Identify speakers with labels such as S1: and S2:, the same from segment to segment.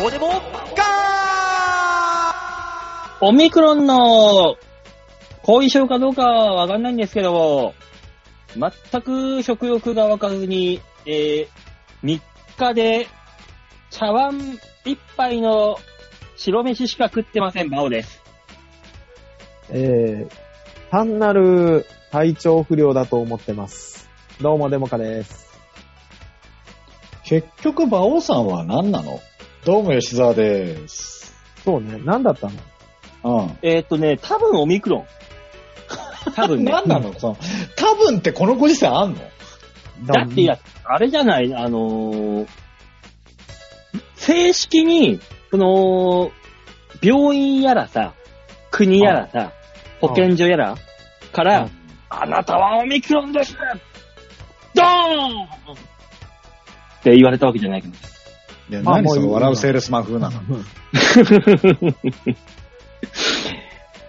S1: どうでもガ
S2: オミクロンの後遺症かどうかはわかんないんですけども、全く食欲が湧かずに、えー、3日で茶碗一杯の白飯しか食ってません、バオです。
S3: えー、単なる体調不良だと思ってます。どうも、デモカです。
S4: 結局、馬王さんは何なのどうも吉沢です。
S3: そうね、何だったの
S4: うん。
S2: えーっとね、多分オミクロン。多分ね。
S4: 何なのその、多分ってこのご時世あんの
S2: だってい や、あれじゃない、あのー正式に、その、病院やらさ、国やらさ、
S3: うん
S2: 保健所やらから、あなたはオミクロンですドーンって言われたわけじゃないけど。
S4: いや、
S3: まあ
S4: 何そ
S3: もうい
S4: の
S3: い
S4: 笑うセールスマン風なの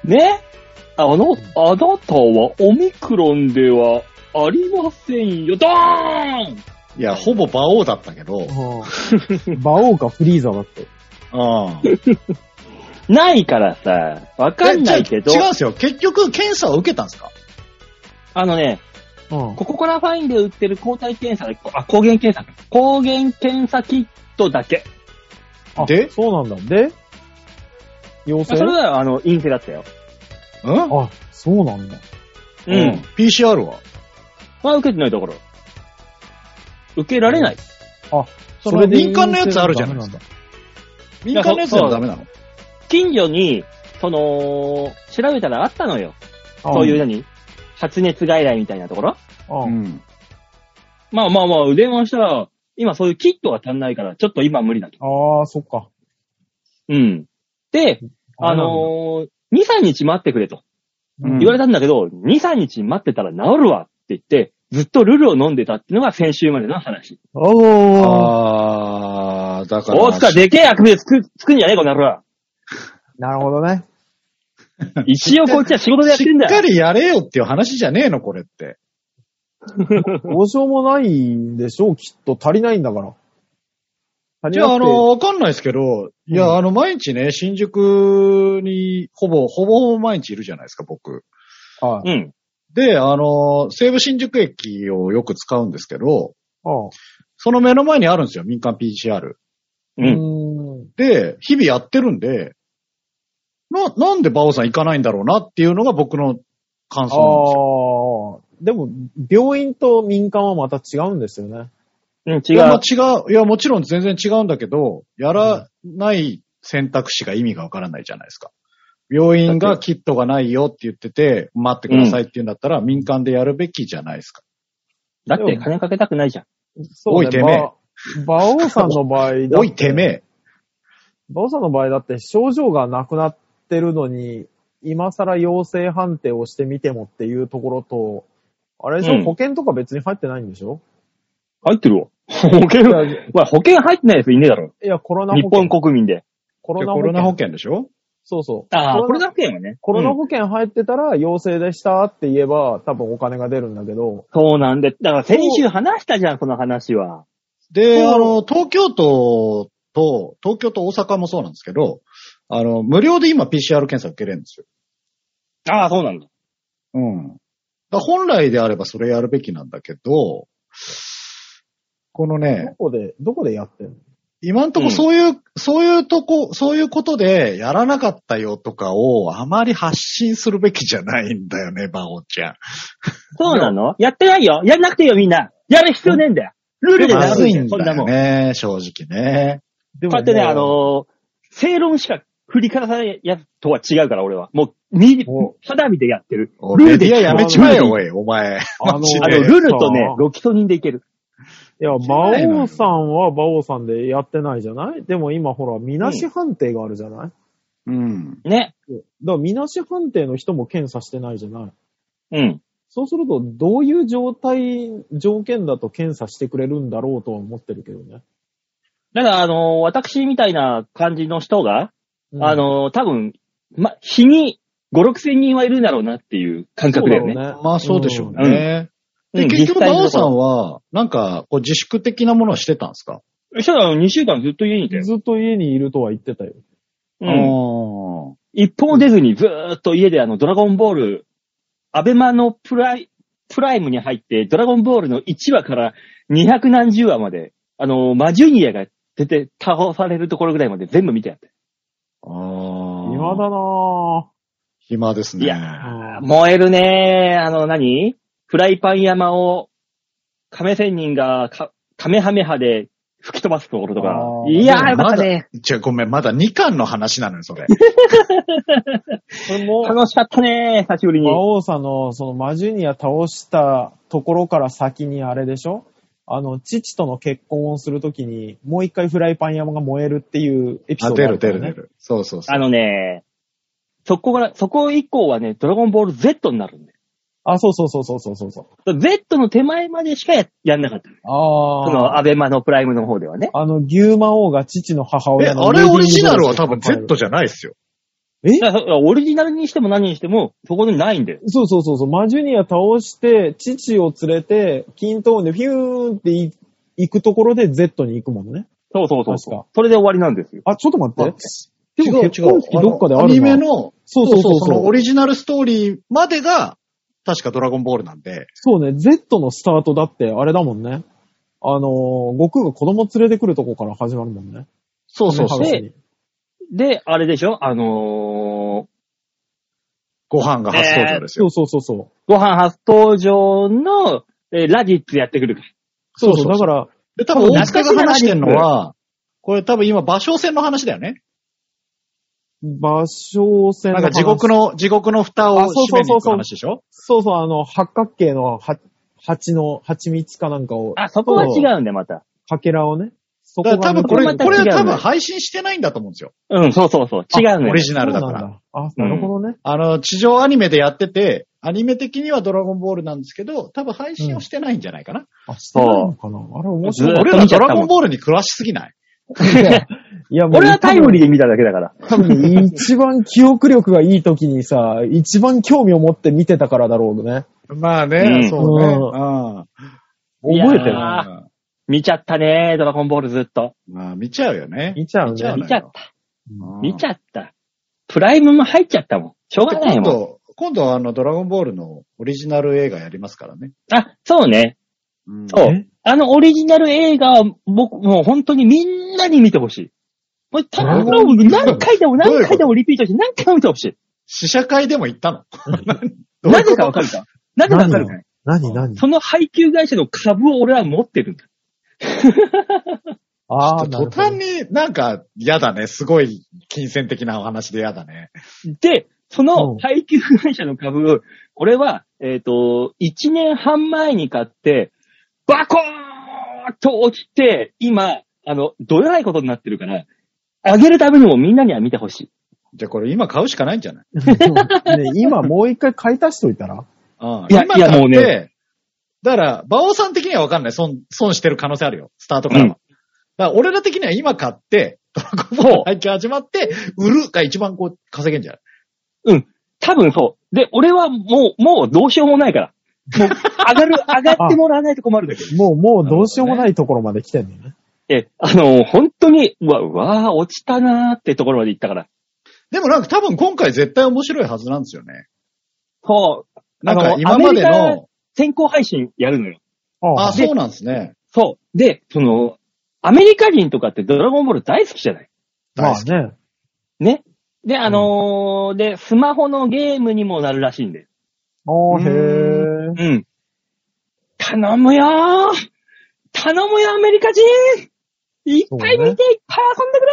S2: ねあの、あなたはオミクロンではありませんよ。ドーン
S4: いや、ほぼ馬王だったけど、
S3: うん馬王かフリーザだって。
S4: うん。
S2: ないからさ、わかんないけど
S4: えじゃあ違うん、ですよ。結局、検査を受けたんですか
S2: あのね、
S3: うん。
S2: ここからファインで売ってる抗体検査で、あ、抗原検査。抗原検査キットだけ。
S3: あ
S4: で
S3: そうなんだ。で陽性
S2: それなら、あの、陰性だったよ。
S4: うん
S3: あ、そうなんだ。
S2: うん。。
S4: PCR は
S2: まあ、受けてないところ。受けられない。
S4: それ民間のやつあるじゃないですか。民間のやつでもダメなの
S2: 近所に、その、調べたらあったのよ。
S3: あ
S2: そういう何発熱外来みたいなところ
S3: あ
S4: ん。
S2: まあまあまあ、電話したら、今そういうキットが足んないから、ちょっと今無理だと。
S3: あー、そっか。
S2: うん。で、あのー、2、3日待ってくれと。
S4: うん
S2: 言われたんだけど、2、3日待ってたら治るわって言って、ずっとルルを飲んでたっていうのが先週までの話。
S3: おー。
S4: あー、だから。
S2: 大塚、でけえ薬物つく、つくんじゃねえ、この野 郎。
S3: なるほどね。
S2: 一応こっちは仕事でやって
S4: し
S2: んだ
S4: っか
S2: よ。
S4: りやれよっていう話じゃねえの、これって。
S3: どうしようもないんでしょう、きっと。足りないんだから。足り
S4: じ
S3: な
S4: ゃ
S3: く
S4: あ、
S3: て
S4: あの、、わかんないですけど、いや、
S3: うん
S4: あの、毎日ね、新宿に、ほぼ、ほぼほぼ毎日いるじゃないですか、僕。
S3: はい。
S2: うん。
S4: で、あの、西武新宿駅をよく使うんですけど、
S3: あ
S4: その目の前にあるんですよ、民間 PCR。
S2: う。
S3: うんん。
S4: で、日々やってるんで、な、なんでバオさん行かないんだろうなっていうのが僕の感想なんですよ。
S3: ああ、でも、病院と民間はまた違うんですよね。
S2: うん、違
S4: いや、
S2: う。
S4: まあ違う。いや、もちろん全然違うんだけど、やらない選択肢が意味がわからないじゃないですか。病院がキットがないよって言ってて、待ってくださいって言うんだったら、民間でやるべきじゃないですか。
S2: だって金かけたくないじゃん。
S3: そうね。
S4: おいてめえ
S3: ば馬王さんの場合だって
S4: おい、てめえ。
S3: 馬王さんの場合だって症状がなくなってるのに、今更陽性判定をしてみてもっていうところと、あれでしょ、
S2: うん
S3: 保険とか別に入ってないんでしょ
S2: 入ってるわ。保険、お前保険入ってないやついねえだろ。
S3: いや、コロナ保
S2: 日
S3: 険。
S2: 本国民で。
S3: コロ
S4: で
S3: ナ
S4: コ
S3: 保
S4: ロ
S3: 険。
S4: ナ保険でしょ
S3: そうそう。
S2: ああ、
S3: コ
S2: こ
S3: ロ
S2: れ
S3: ナ
S2: だけはね。
S3: コロ
S2: う
S3: ナ
S2: ん
S3: 保険入ってたら陽性でしたって言えば、多分お金が出るんだけど、
S2: そうなんで。だから先週話したじゃん、その話は。
S4: で、
S3: そう
S4: あの、東京都と、東京と大阪もそうなんですけど、あの、無料で今 PCR 検査受けれるんですよ。
S2: ああ、そうなんだ。
S4: うん。だから本来であればそれやるべきなんだけど、このね、
S3: どこで、どこでやってんの
S4: 今んと
S2: う
S4: こ
S2: ん
S4: そういう、そういうとこ、そういうことでやらなかったよとかをあまり発信するべきじゃないんだよね、 バオちゃん。
S2: そうなのやってないよ。やんなくていいよ、みんな。やる必要ねえんだよ。ルールで
S4: ま
S2: や
S4: ず
S2: る
S4: い
S2: じゃ
S4: ん
S2: ん、そん
S4: だ
S2: なも
S4: よ
S2: ん。
S4: ね、正直ね。
S3: で
S2: こうやってね、あのー正論しか振りかざさないやつとは違うから、俺は。もう、見
S3: お、
S2: 肌身でやってる。
S4: お
S2: ルー
S4: メ
S2: ル
S4: デ
S2: で
S4: ィアやめちまえよ、
S2: ルー
S4: おい、お前。
S3: あの
S4: マジ
S2: あ
S4: で
S2: の、ルルとね
S3: そう、
S2: ロキソニンでいける。
S3: いや、
S4: 知
S3: 馬
S4: らないのよ
S3: 王さんは馬王さんでやってないじゃないでも今ほら、みなし判定があるじゃない、
S4: うん。
S2: ね。
S3: だからみなし判定の人も検査してないじゃない
S2: うん。
S3: そうすると、どういう状態、条件だと検査してくれるんだろうとは思ってるけどね。
S2: だから、あのー私みたいな感じの人が、
S3: うん
S2: あ、のー多分、ま、日に5、6千人はいるんだろうなっていう感覚だよね。
S3: そうだろうね
S4: まあそうでしょうね。
S2: うん
S4: で、結局、
S2: 実際の
S4: バオ
S2: とこ
S4: さ
S2: ろ
S4: んは、なんか、こう自粛的なものをしてたんですか
S2: そしたら2週間ずっと家にいて。
S3: ずっと家にいるとは言ってたよ。
S2: うん。
S4: あ
S2: 一歩も出ずにずーっと家であの、ドラゴンボール、アベマのプライ、プライムに入って、ドラゴンボールの1話から200何十話まで、あの、マジュニアが出て倒されるところぐらいまで全部見てやって。
S4: ーあー。
S3: 暇だなぁ。
S4: 暇ですね。
S2: いや燃えるねーあの何、フライパン山を、亀仙人がか、亀ハメハで吹き飛ばすところとか
S3: あ。ー
S2: いや
S4: で
S2: ー、
S4: も
S2: よかったね。
S4: じゃあごめん、まだ2巻の話なのよ、それ。
S3: これも、
S2: 楽しかったねー久しぶりに。
S3: 魔王さんの、そのマジュニア倒したところから先にあれでしょあの、父との結婚をするときに、もう一回フライパン山が燃えるっていうエピソ
S4: あ、
S3: ード
S4: 出
S3: があ
S4: る
S3: った
S4: 出
S3: よね、
S4: る出る。そうそうそう。
S2: あのね、そこから、そこ以降はね、ドラゴンボール Z になるんで。
S3: あ、そうそうそうそうそうそうそう。
S2: Z の手前までしかややんなかった。その、
S3: あ
S2: ア
S3: あ。
S2: ベマのプライムの方では ね。
S3: あの、牛魔王が父の母
S4: え、
S3: 親の
S4: あれ
S3: ルーディ
S4: オリジナルは
S3: ジョ
S4: 多
S3: ー
S4: 分
S3: ジと戦う
S4: Z じゃないっすよ。
S2: だからそうオリジナルにしても何にしても、そこにないんだよ。
S3: そうそうそうそう。マジュニア倒して、父を連れて、均等でフィューンってい行くところで Z に行くもんね。
S2: そうそうそうそう
S3: 確か。
S2: それで終わりなんですよ。
S3: あ、ちょっと待って。
S4: 違
S3: でも
S4: う
S3: 結婚式
S4: 違う
S3: どっかであるな
S4: のアニメの、
S3: そうそうそう
S4: その
S3: そ
S4: オ
S3: う。
S4: リジナルストーリーまでが、確かドラゴンボールなんで。
S3: そうね、Z のスタートだってあれだもんね。あのー、悟空が子供連れてくるとこから始まるもんね。
S4: そう
S3: そ
S4: そうう
S3: そ
S4: そうう。
S2: でで、あれでしょあのー、
S4: ご飯が初登場です
S3: そ
S4: よ。
S3: うそうそうそう。
S2: ご飯初登場の、えーラディッツやってくるから。
S3: そうそう。だから、
S4: で、多分大塚が話してんのは、これ多分今、芭蕉戦の話だよね。
S3: 場所戦
S4: な
S3: の
S4: んか地獄
S3: の。
S4: の、地獄の蓋を
S3: あそう
S4: 閉
S3: そう
S4: めに
S3: そう
S4: 行
S3: そ
S4: く
S3: う
S4: 話でしょ
S3: そうそう、あの、八角形のは蜂の、蜂蜜かなんかを、
S2: あ、そこは違うんだよ、また。
S3: かけらをね。そ
S4: だから多分これ、
S2: また
S4: これ
S2: 違う
S4: は
S2: ね
S4: 多分配信してないんだと思うんですよ。
S2: うん、そうそうそう。違うの
S4: オ
S2: よ
S4: リ。ジナルだ
S3: そう
S4: か
S3: なん
S4: ら。
S3: だあ、なるほどね。
S4: あの、地上アニメでやってて、アニメ的にはドラゴンボールなんですけど、多分配信をしてないんじゃないかな。
S3: あ、そうなのかなあれ面白い
S2: ず。
S4: 俺らドラゴンボールに詳しすぎない
S3: いや、もう
S2: 俺はタイムリーで見ただけだから。
S3: 多分、一番記憶力がいい時にさ、一番興味を持って見てたからだろうね。
S4: まあ
S2: うん
S4: そうね。
S3: う
S2: い
S4: うん
S2: やー
S4: 覚えてるな。
S2: 見ちゃったね、ドラゴンボールずっと。
S4: まあ見ちゃうよね。
S3: 見ちゃう
S4: 見ち
S3: ね
S4: ゃう。
S2: 見ちゃった。
S4: うん
S2: 見ちゃった。プライムも入っちゃったもん。しょうがないも
S4: 今
S2: ん。
S4: 度、今度はあの、ドラゴンボールのオリジナル映画やりますからね。
S2: あ、そうね。
S4: うん
S2: そう
S3: え。
S2: あのオリジナル映画は、僕、もう本当にみんなに見てほしい。もう、た
S3: ドラ
S4: ゴンボール
S2: 何回でも
S4: どういうこと
S2: 何回でもリピートして、何回も見てほしい。
S4: 試写会でも行ったのどうい
S2: な
S4: うこと
S2: ぜかわかるかなぜかわかるか
S3: 何何何
S2: その配給会社の株を俺は持ってるんだ。
S3: ああ、なる
S4: 途
S3: ほど
S4: 端になんか嫌だね。すごい金銭的なお話で嫌だね。
S2: で、そ
S3: うん
S2: の配給会社の株を、俺は、えっ、と、1年半前に買って、バコーンと落ちて、今、あの、どえらいことになってるから、上げるためにもみんなには見てほし い。
S4: じゃあこれ今買うしかないんじゃない
S3: ね今もう一回買い足しといたら
S4: うん
S2: いや
S4: 今
S2: いや
S4: 買
S2: も
S4: っ
S2: う
S4: て
S2: ね、
S4: だから、馬王さん的にはわかんない。損、損してる可能性あるよ。スタートからは。
S2: うん
S4: だから俺ら的には今買って、ドラゴンボール配給始まって、売るが一番こう稼げんじゃない
S2: 多分そう。で、俺はもう、もうどうしようもないから。もう、上 がる、上がってもらわないと困るんだけど。
S3: もう、もうどうしようもないところまで来てんのね。
S2: え、あの、本当に、うわ、うわー落ちたなーってところまで行ったから。
S4: でもなんか多分今回絶対面白いはずなんですよね。
S2: そう。
S4: なん
S2: あ
S4: か
S2: の
S4: 今まで
S2: アメリ
S4: の、
S2: 先行配信やるのよ。
S3: あ
S4: あ、
S3: あ、
S4: そうなんですね。
S2: そう。で、その、アメリカ人とかってドラゴンボール大好きじゃない
S3: ま
S4: 大好
S3: あ
S4: き
S3: ね。
S2: ね。で、あのーで、スマホのゲームにもなるらしいんで。
S3: ああ、へ
S4: う
S3: え。
S2: うん。頼むよー頼むよ、アメリカ人いっぱい見て、いっぱい遊んでくれ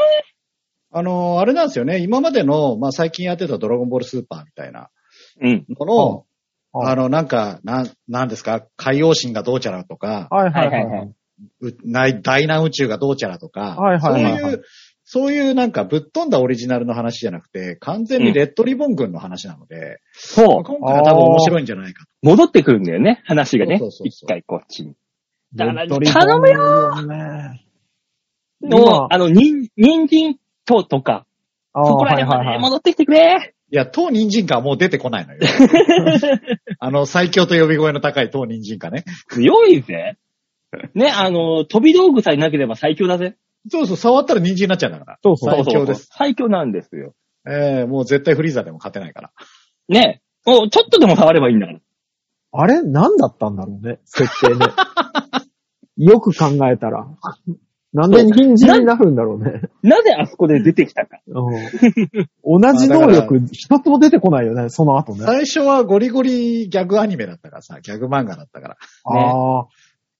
S4: あのー、あれなんですよね。今までの、まあ最近やってたドラゴンボールスーパーみたいな
S2: うん。
S4: のの、
S3: ああ
S4: あの、なんか、なん、なんですか、海洋神がどうちゃらとか、
S3: はいはいはい
S2: はいはい
S3: は。
S2: はい
S4: うない大南宇宙がどうちゃらとか、
S3: はいはいはいはい
S4: そういう、そういうなんかぶっ飛んだオリジナルの話じゃなくて、完全にレッドリボン軍の話なので、
S2: そう。
S4: 今回は多分面白いんじゃないかと。
S2: 戻ってくるんだよね、話がね
S4: そうそうそう。
S2: 一
S4: そう
S2: 回こっちに。だから
S3: レッドリボン
S2: 頼む
S3: よね今
S2: の、あの、人、人参ととか、
S3: あ
S2: そ
S3: あ
S2: こら辺まで戻ってきてくれ
S4: いや、当人参かはもう出てこないの よ。あの、最強と呼び声の高い当人参かね。
S2: 強いぜ。 ね、あの、飛び道具さえなければ最強だぜ。
S4: そうそう、触ったら人参になっちゃうんだから。
S3: そうそう
S4: 最強です。
S2: 最強なんですよ。
S4: ええもう絶対フリーザでも勝てないから。
S2: ね。お、ちょっとでも触ればいいんだから。
S3: あれ何だったんだろうね、設定ね。よく考えたら。なんで人参になるんだろうね。
S2: なぜあそこで出てきたか。
S3: うん、同じ能力、一つも出てこないよね、その後ね。
S4: 最初はゴリゴリギャグアニメだったからさ、ギャグ漫画だったから。
S3: ああ、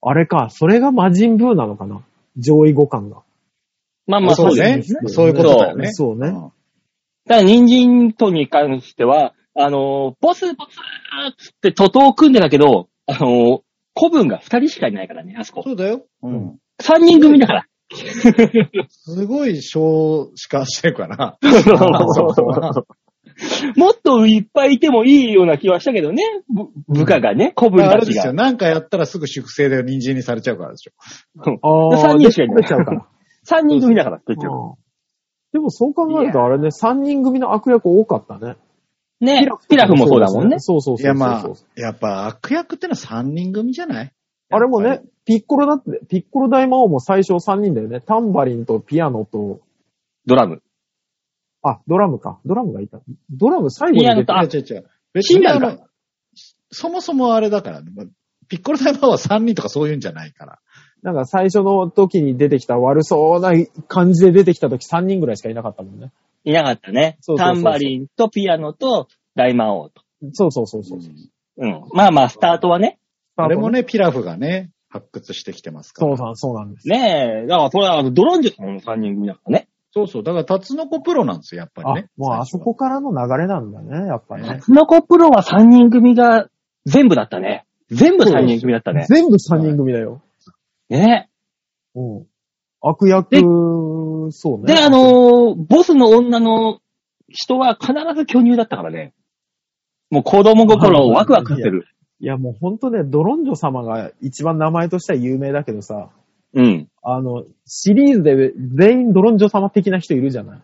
S3: あれか、それが魔人ブーなのかな。上位互換が。
S2: まあまあ、そうですね。
S3: ね
S4: そういうことだよね。
S3: そうね
S4: ん
S2: ただ、人参とに関しては、あの、ボス、ボスーっつって徒党を組んでたけど、あの、古文が二人しかいないからね、あそこ。
S4: そうだよ。う
S3: うん
S4: ん。
S2: 三人組だから。
S4: すごい少子化してるから。
S2: もっといっぱいいてもいいような気はしたけどね。ぶ部下がね、古文
S4: あ
S2: た
S4: れ
S2: ち
S4: ですよ。
S2: が。
S4: なんかやったらすぐ粛清で人参にされちゃうからでしょ。
S3: ああ、
S2: 三人しかいない
S3: 出ちゃ うから。
S2: 三人組だから、結局。
S3: うんでもそう考えるとあれね、三人組の悪役多かったね。
S2: ね、ピラフもそうだもんね。
S3: そうそうそうそう。
S4: いやまあ
S3: そうそうそう、
S4: やっぱ悪役ってのは三人組じゃない
S3: あれもね。、ピッコロだって、ピッコロ大魔王も最初三人だよね。タンバリンとピアノと、
S2: ドラム。
S3: あ、ドラムか。ドラムがいた。ドラム最後に
S2: ピアノ
S3: 出
S2: と
S3: た。
S4: やっぱ
S2: あ
S4: り違う違う違う。別にあ
S2: 死んだん
S4: の、そもそもあれだからね。まあピッコロ大魔王は三人とかそういうんじゃないから。
S3: なんか最初の時に出てきた悪そうな感じで出てきた時三人ぐらいしかいなかったもんね。
S2: いなかったね
S3: そう。そうそ
S2: タ
S3: うそう
S2: ンバリンとピアノと大魔王と。
S3: そうそうそうそう。
S2: うん。まあまあ、スタートはね。
S4: あれも。ね、ピラフがね、発掘してきてますから。
S3: そうなん、そうなんです。
S2: ねえ。だから、それはあのドロンジュさんの三人組だからね。
S4: そうそう。だから、タツノコプロなんですよ、やっぱり
S3: あ
S4: ね。、
S3: もうあそこからの流れなんだね、やっぱりね。
S2: スノコプロは三人組が全部だったね。全部三人組だったね。
S3: 全部三人組だよ。
S2: ね
S3: うん。悪役、そう
S2: で、
S3: ね。
S2: あのーボスの女の人は必ず巨乳だったからね。もう子供心をワクワクさせる。
S3: いやもうほんとね、ドロンジョ様が一番名前としては有名だけどさ、
S2: うん。
S3: あの、シリーズで全員ドロンジョ様的な人いるじゃない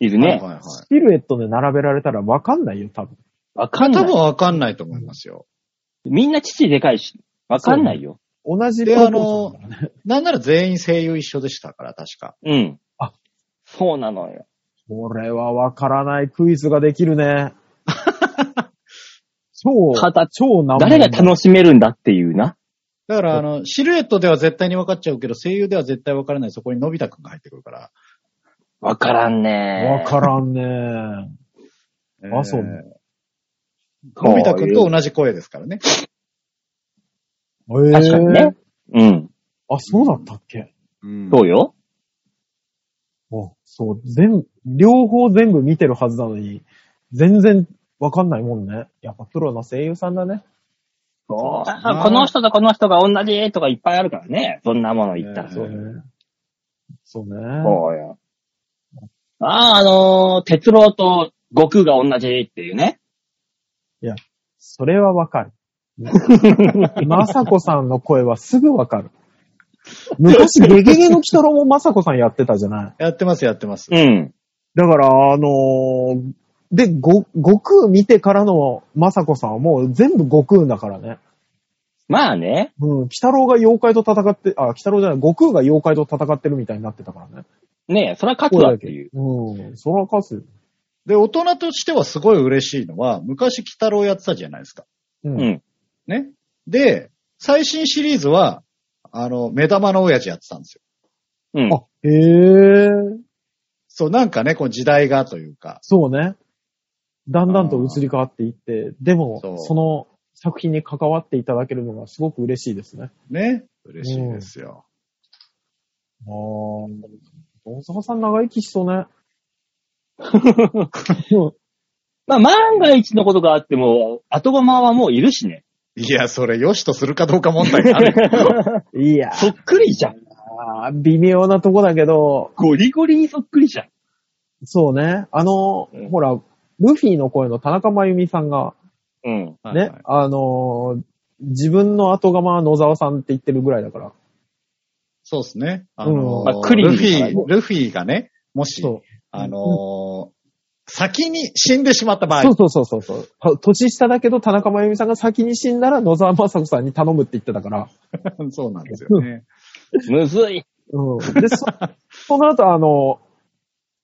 S2: いる
S4: 最初
S2: ね
S4: は。はい。はい
S3: シルエットで並べられたらわかんないよ、多分。
S2: わかん
S4: 多
S2: ない
S4: 分。わかんないと思いますよ。
S2: みんな父でかいし。わかんないよ。
S3: 同じ
S4: で
S3: プロポーションだからね
S4: なんなら全員声優一緒でしたから、確か。
S2: うん。
S3: あ
S2: そうなのよ。
S3: これはわからないクイズができるね。超
S2: ただ、
S3: 超難問
S2: 誰が楽しめるんだっていうな。
S4: だから、あの、シルエットでは絶対に分かっちゃうけど、声優では絶対分からない。そこにのび太くんが入ってくるから。
S2: わからんね
S3: わからんね。あそう
S4: ね。
S2: そう
S4: のび太くんと同じ声ですからね。
S3: えー
S2: 確かにね。うん。
S3: あ、そうだったっけ
S4: うん
S2: そうよ。
S3: あそう、全、両方全部見てるはずなのに、全然わかんないもんね。やっぱプロの声優さんだね。
S4: そうだな
S2: あこの人とこの人が同じとかいっぱいあるからね。そんなもの言ったら。そ
S4: ね
S3: そううね。そうね。
S2: よ。ああ、あのー鉄郎と悟空が同じっていうね。
S3: それはわ かる。まさこさんの声はすぐわかる。昔、ゲゲゲの鬼太郎もまさこさんやってたじゃない。
S4: やってます、やってます。
S2: うん。
S3: だから、あのーで、ご、悟空見てからのまさこさんはもう全部悟空だからね。
S2: まあね。
S3: うん、鬼太郎が妖怪と戦って、あ、鬼太郎じゃない、悟空が妖怪と戦ってるみたいになってたからね。
S2: ねえ、それは勝つわっていう。
S3: うん、そらかす。
S4: で、大人としてはすごい嬉しいのは、昔、鬼太郎やってたじゃないですか。
S3: う。
S2: うんん。
S4: ね。で、最新シリーズは、あの、目玉の親父やってたんですよ。
S2: うん。
S3: あ、へえ、
S4: そう、なんかね、こう時代がというか、
S3: そうね。だんだんと移り変わっていって、でも、
S4: そう
S3: その作品に関わっていただけるのがすごく嬉しいですね。
S4: ね。嬉しいですよ。
S3: ああ、大沢さん長生きしそうね。
S2: まあ、万が一のことがあっても、後釜はもういるし ね。
S4: いや、それ、良しとするかどうか問題があるよ。
S3: いや
S2: そっくりじゃん。
S3: ー、微妙なとこだけど、
S2: ゴリゴリにそっくりじゃん。
S3: そうね。あの、
S2: うん
S3: ほら、ルフィの声の田中真由美さんが、
S2: うん。
S4: はい
S3: ね、
S4: はい
S3: あのー自分の後釜は野沢さんって言ってるぐらいだから。
S4: そうですね。あのー
S3: うん
S2: まあクリリン
S4: ルフ
S2: から
S4: ィ、ルフィがね、もし、
S3: そ
S4: あのー先に死んでしまった場
S3: そ
S4: 合
S3: う。そうそうそうそうは。年下だけど、田中真由美さんが先に死んだら、野沢雅子さんに頼むって言ってたから。
S4: そうなんですよね。
S2: むずい。
S3: うん。 で、そその後、あの、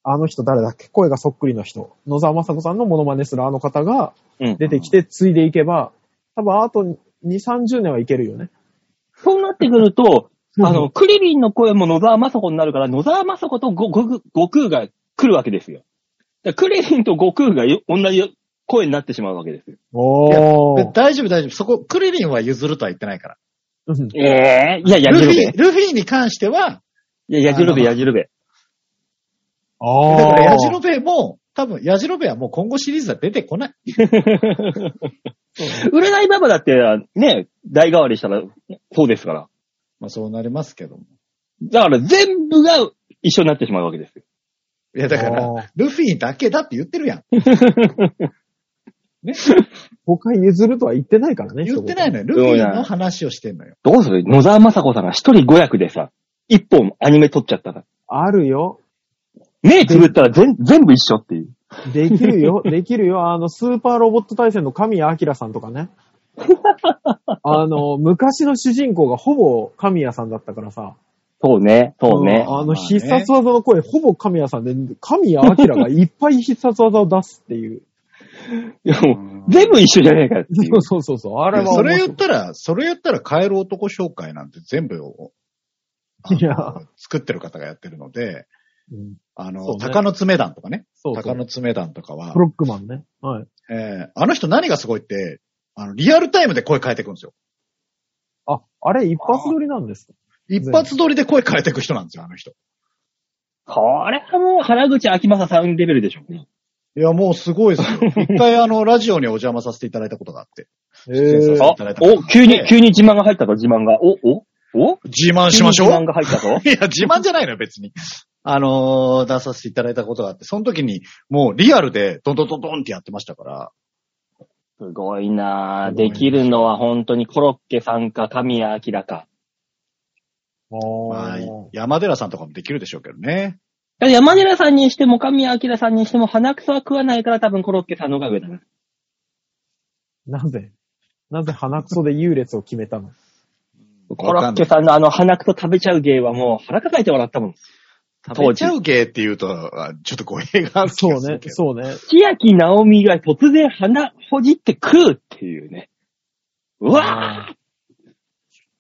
S3: あの人誰だっけ声がそっくりの人。野沢雅子さんのモノマネするあの方が
S2: うん。
S3: 出てきて、継いでいけば、多分あと2、30年はいけるよね。
S2: そうなってくると、
S3: うん
S2: あの、クリリンの声も野沢雅子になるから、野沢雅子とごご悟空が来るわけですよ。だからクリリンと悟空がよ同じ声になってしまうわけですよ。
S3: お
S4: で。大丈夫、大丈夫。そこ、クリリンは譲るとは言ってないから。
S3: うん
S2: ええいや、や
S4: ル
S2: じ
S4: フ
S2: ろべ。
S4: ィ、ルフィに関しては、
S2: いや、やじろべ、やじろべ。
S4: だから
S3: あ
S4: ヤジロベも、多分、ヤジロベはもう今後シリーズは出てこない。
S2: 売れないババだって、ね、代替わりしたら、そうですから。
S4: まあそうなりますけども。
S2: だから全部が一緒になってしまうわけですよ。
S4: いや、だか
S3: あー
S4: ら、ルフィだけだって言ってるやん。
S3: 他譲るとは言ってないからね。
S4: 言ってない
S3: ね。
S4: のよ。ルフィの話をしてんのよ。
S2: どうする野沢雅子さんが一人五役でさ、一本アニメ撮っちゃったら。
S3: あるよ。
S2: 目つぶったら全全部一緒っていう。
S3: できるよ。 できるよ。あの、スーパーロボット対戦の神谷明さんと かね。あの、昔の主人公がほぼ神谷さんだったからさ。
S2: そうね、そうね。
S3: あの、必殺技の声、ほぼ神谷さんで、神谷明がいっぱい必殺技を出すっていう。
S2: いやもう 全部一緒じゃねえかってい
S3: そうう。そうそうそう。あれは面
S4: そ
S3: 白い。
S4: れ言ったら、それ言ったら帰る男紹介なんて全部を、あの
S3: いや
S4: 作ってる方がやってるので、
S3: うん
S4: あ
S3: そう
S4: の、
S3: ね
S4: 鷹の爪団とかね。
S3: そうそ
S4: 鷹
S3: う。
S4: の爪団とかは
S3: ブ、ロックマンね。はい。
S4: えーあの人何がすごいって、あの、リアルタイムで声変えていくんですよ。
S3: あ、あれ一発撮りなんですか
S4: 一発撮りで声変えていく人なんですよ、あの人。
S2: これはもう原口秋正さんレベルでしょうね。
S4: いや、もうすご いですよ。一回あの、ラジオにお邪魔させていただいたことがあって。
S3: え
S4: 出演させて
S2: あ
S4: いただいた、ことがあ
S2: お、
S4: って
S2: 急に、急に自慢が入ったぞ、自慢が。お、お、お
S4: 自慢しましょう。
S2: 急に自慢が入ったぞ。
S4: いや、自慢じゃないのよ、別に。あのー出させていただいたことがあって、その時に、もうリアルで、ドンドンドンドンってやってましたから、
S2: すごいなぁ。
S4: すごい
S2: で
S4: ね
S2: きるのは本当にコロッケさんか、神谷明か。
S4: まあ
S3: はい。、
S4: 山寺さんとかもできるでしょうけどね。
S2: 山寺さんにしても、神谷明さんにしても、鼻くそは食わないから多分コロッケさんの方が上だな。
S3: なぜなぜ鼻くそで優劣を決めた の
S2: コロッケさんのあの鼻くそ食べちゃう芸はもう腹抱えて笑ったもん。
S4: 食べちゃう系っていうと、あちょっと語弊がある気
S3: そう
S4: がする
S3: ね、
S4: けど。
S3: そうね。
S2: 千秋直美が突然鼻ほじって食うっていうね。うわぁ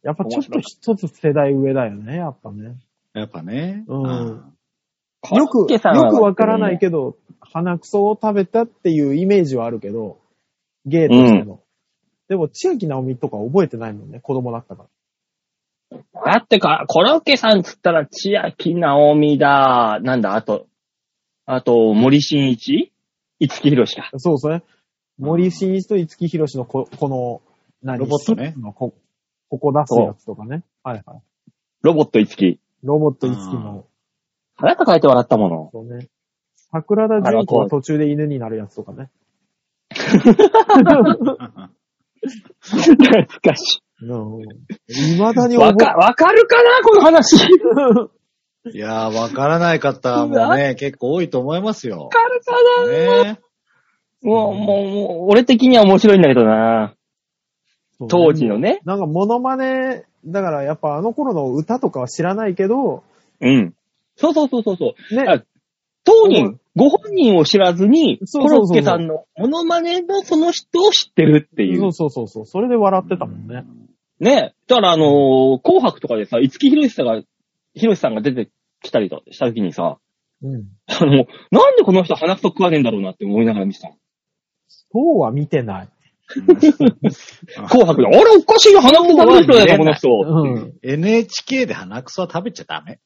S3: やっぱちょっと一つ世代上だよね、やっぱね。
S4: やっぱね。
S3: うん
S4: あ
S2: コ
S3: よ
S2: ロッ
S3: く、
S2: ケ
S3: よく
S2: さんは
S3: わからないけど、鼻くそを食べたっていうイメージはあるけど、芸としての。でも、千秋直美とか覚えてないもんね、子供だったから。
S2: だってか、コロッケさんっつったら千秋直美だ。なんだ、あと、あと森進一五木ひろしか。
S3: そうそうね。森進一と五木ひろしのこ、この、何
S4: ロボットね
S3: スープのこ、ここ出すやつとかね。はいはい。
S2: ロボット五木。
S3: ロボット五木の、
S2: 腹抱えて笑ったもの。
S3: そうね。桜田純子
S2: あのこう
S3: は途中で犬になるやつとか ね。
S4: あ
S2: 懐かし
S3: うん。未だ
S2: い。
S3: に
S2: わか、
S3: 覚
S2: わかるかなこの話。わ
S3: え、わ
S4: いやー、わからない方もね、結構多いと思いますよ。
S2: かるかな、
S4: ね。
S2: もう、もう、もう、俺的には面白いんだけどな。当時のね。
S3: なんかモノマネ、だからやっぱあの頃の歌とかは知らないけど、
S2: うん。そうそうそうそうそう。
S3: ね
S2: あ、当
S3: う
S2: 人
S3: ん、
S2: ご本人を知らずに、コ
S3: そうそう
S2: ロ
S3: そうそう
S2: ッケさんのモノマネのその人を知ってるってい
S3: そうう。そうそうそう、それで笑ってたもんね。
S2: ね。だからあのー紅白とかでさ、五木ひろしさんが、ひろしさんが出てきたりとした時にさ、
S3: うん。
S2: あの、なんでこの人鼻くそ食わねえんだろうなって思いながら見てたの。
S3: そうは見てない。
S2: 紅白で、あれおかしいよ、鼻くそ食べる人だよ、この人。
S3: うん。
S4: NHK で鼻くそは食べちゃダメ。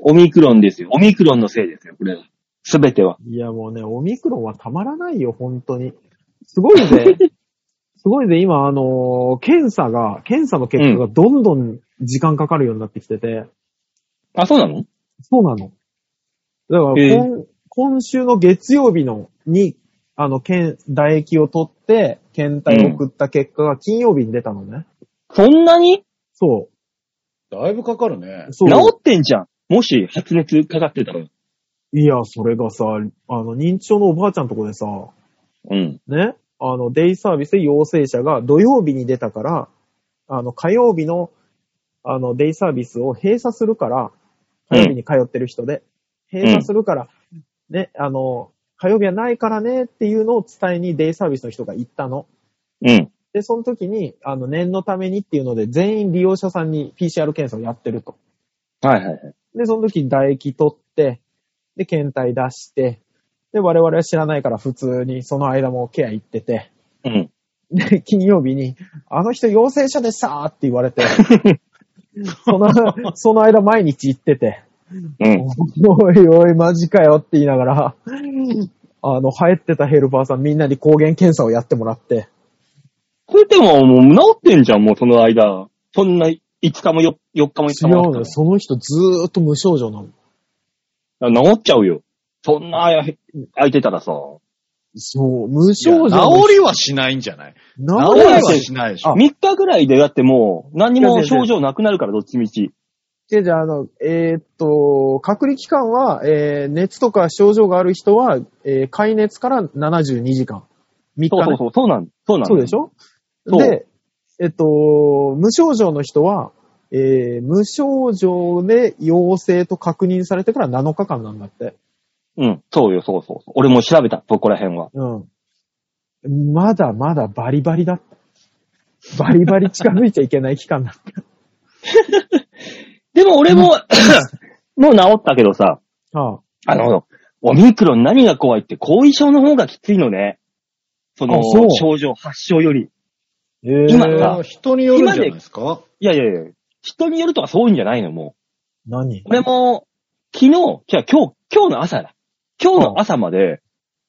S2: オミクロンですよ。オミクロンのせいですよ、これは。すべては。
S3: いやもうね、オミクロンはたまらないよ、本当に。すご いぜ。すごいぜ、今、あのー検査が、検査の結果がどんどん時間かかるようになってきてて、
S2: あ、そうなの
S3: そうなの。だから、
S2: へえ
S3: 今今週の月曜日のに、あの、検、唾液を取って、検体を送った結果が金曜日に出たのね。
S2: そんなに
S3: そ
S4: だいぶかかるね
S3: う。。そう。
S2: 治ってんじゃん。もし発熱かかってたら。
S3: いや、それがさ、あの、認知症のおばあちゃんとこでさ、
S2: うん。
S3: ね、あの、デイサービスで陽性者が土曜日に出たから、あの、火曜日の、あの、デイサービスを閉鎖するから、火曜日に通ってる人で、
S2: ん
S3: 閉鎖するから、ね、あの、火曜日はないからねっていうのを伝えにデイサービスの人が行ったの。
S2: うん。
S3: で、その時に、あの、念のためにっていうので、全員利用者さんに PCR 検査をやってると。
S2: はいはいはい。
S3: で、その時に唾液取って、で、検体出して、で、我々は知らないから普通にその間もケア行ってて、
S2: うん。
S3: で、 金曜日に、あの人陽性者でしたーって言わ れて、その、その間毎日行ってて、
S2: うん。
S3: おいおいマジかよって言いながら、あの、入ってたヘルパーさんみんなに抗原検査をやってもらって、
S2: それでも、もう治ってんじゃん、もうその間。そんな、5日も 4, 日も5
S3: 違
S2: 日
S3: う
S2: も
S3: のよ。その人ずーっと無症状なの。
S2: 治っちゃうよ。そんな、あや空いてたらさ。
S3: そう、無
S4: いや
S3: 症状の
S4: 治りはしないんじゃない治
S3: 治
S4: り
S3: りは
S4: は
S3: し
S4: しないでしょ
S3: あ。
S2: 3日ぐらいで、だってもう、何にも症状なくなるから、どっちみち。
S3: てじゃあ、あの、えーっと、隔離期間は、えー熱とか症状がある人は、えー解熱から72時間。3日、
S2: そう
S3: ね、
S2: そうそう、そうなんそうなん
S3: そうでしょ
S2: そう
S3: で、えっと、無症状の人は、えー無症状で陽性と確認されてから7日間なんだって。
S2: うん、そうよ、そうそうそう。俺も調べた、そこら辺は。
S3: うん。まだまだバリバリだった。バリバリ近づいちゃいけない期間だっ
S2: でも俺も、もう治ったけどさ、
S3: た。あ
S2: あの、オミクロン何が怖いって、後遺症の方がきついのね。その
S3: あそう
S2: 症状、発症より。
S3: えー
S2: 今
S4: え
S2: が
S4: ー人によるんじゃないですか
S2: いやいやいや、人によるとかそういうんじゃないの、も
S3: 何
S2: う。俺も、昨日、じゃあ今日、今日の朝だ。今日の朝まで、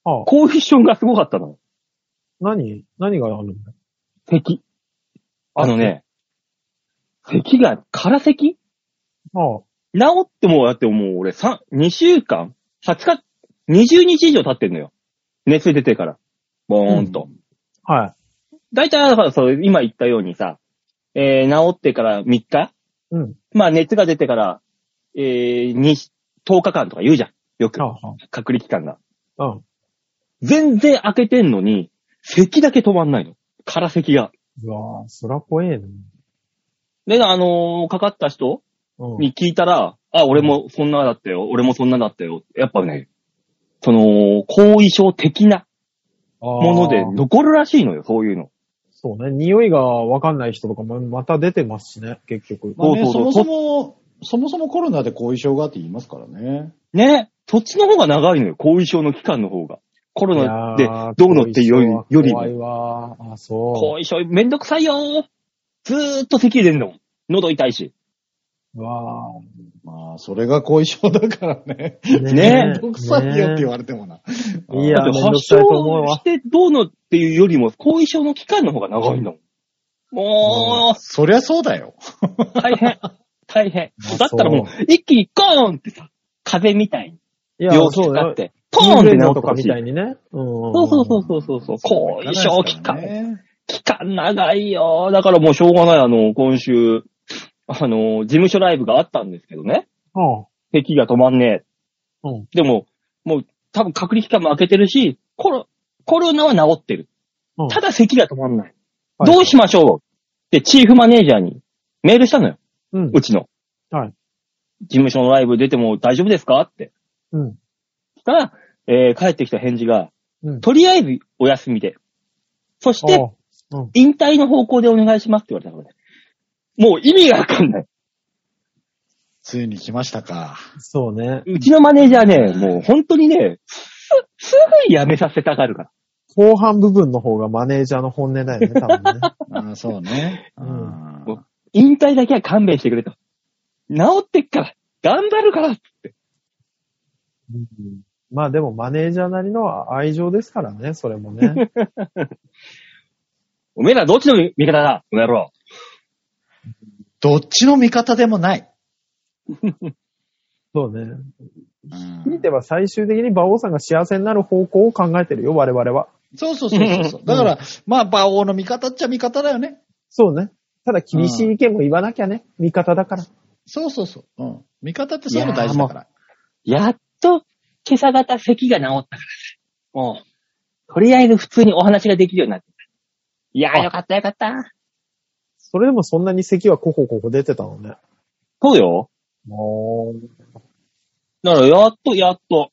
S3: あ
S2: 後遺症がすごかったの。
S3: 何何があるんだ
S2: 咳。あのね、咳が、空咳
S3: ああ
S2: 治っても、だってもう俺3、2週間 ?20 日、20日以上経ってんのよ。熱出てから。ボーンと。
S3: はい。
S2: 大体、だからそう、今言ったようにさ、えー、治ってから3日
S3: うん。
S2: まあ熱が出てから、えー、2 10日間とか言うじゃん。よく
S3: あ。あ
S2: 隔離期間が。
S3: ああうん。
S2: 全然開けてんのに、咳だけ止まんないの。空咳が。
S3: うわぁ、そら怖えな。
S2: で、あのーかかった人
S3: うん。
S2: に聞いたら、あ、俺もそんなだったよ。俺もそんなだったよ。やっぱね、その、後遺症的なもので
S3: ああ
S2: 残るらしいのよ、そういうの。
S3: そうね。匂いがわかんない人とかもまた出てますしね、結局。
S4: まあね
S2: そう
S4: そ
S2: そう
S4: も
S2: そう
S4: そも、そもそもコロナで後遺症があって言いますからね。
S2: ね。そっちの方が長いのよ、後遺症の期間の方が。コロナ
S3: い
S2: で
S3: やー
S2: どうのっていうより
S3: 後遺症は
S2: より
S3: 怖
S2: も
S3: い。わー。あ、そ
S2: 後遺症めんどくさいよーずーっと咳出んの。喉痛いし。
S3: う。わ
S4: まあ、それが後遺症だからね。
S3: ー。
S2: ね
S4: めんどくさいよって言
S3: ね
S4: われてもな。
S3: いや
S2: だって
S3: め
S2: 発
S3: んどく
S2: 症
S3: さいと思うわ
S2: してどうのっていうよりも、後遺症の期間の方が長いんだもん。も
S4: そりゃそうだよ。
S2: う、大 変。大変
S3: あ。
S2: だったらもう、一気にゴーンってさ、風邪みたいに。
S3: いや、
S2: 病気
S3: そう
S2: かかっ
S3: ね。
S2: て、ポーンって
S3: インフルエ
S2: 治
S3: ンザ
S2: って
S3: とか
S2: ほし
S3: み
S2: い。
S3: たいにね。うん。
S2: そうそうそうそうそうそう。後遺症期
S4: いかないです
S2: 間。
S4: からね
S2: 期間長いよ。だからもうしょうがない。あの、今週、あの、事務所ライブがあったんですけどね。
S3: は
S2: 咳が止まんねえ。
S3: うん
S2: でも、もう多分隔離期間も明けてるし、コロ、コロナは治ってる。
S3: うん
S2: ただ咳が止まんない。
S3: はい
S2: どうしましょうって、チーフマネージャーにメールしたのよ。
S3: あうん
S2: う。ちの。
S3: はい
S2: 事務所のライブ出ても大丈夫ですかって。
S3: うん。
S2: したら、えー帰ってきた返事が、
S3: うん
S2: とりあえずお休みで。そして、
S3: あうん。
S2: 引退の方向でお願いしますって言われたので。もう意味がわかんない。
S4: ついに来ましたか。
S3: そうね。
S2: うちのマネージャーね、もう本当にね、す、すぐ辞めさせたがるから。
S3: 後半部分の方がマネージャーの本音だよね、多分 ね。
S4: ああそうね。
S3: うん
S4: ああ
S2: 引退だけは勘弁してくれと。治ってっから、頑張るから
S3: うんまあでもマネージャーなりの愛情ですからね、それもね。
S2: おめえらどっちの味方だこの野郎。
S4: どっちの味方でもない。
S3: そうね。
S4: うん
S3: ひいては最終的に馬王さんが幸せになる方向を考えてるよ、我々は。
S4: そうそうそうそうそう。だから、まあ、馬王の味方っちゃ味方だよね。
S3: そうね。ただ厳しい意見も言わなきゃね。味方だから。
S4: そうそうそう。うん。味方ってそういうの大事だから。
S2: やっと、今朝方咳が治ったからさ、もう、とりあえず普通にお話ができるようになってた。いやー
S3: あ
S2: よかったよかった。
S3: それでもそんなに咳はコホコホ出てたのね。
S2: そうよ。
S3: も
S2: だからやっとやっと、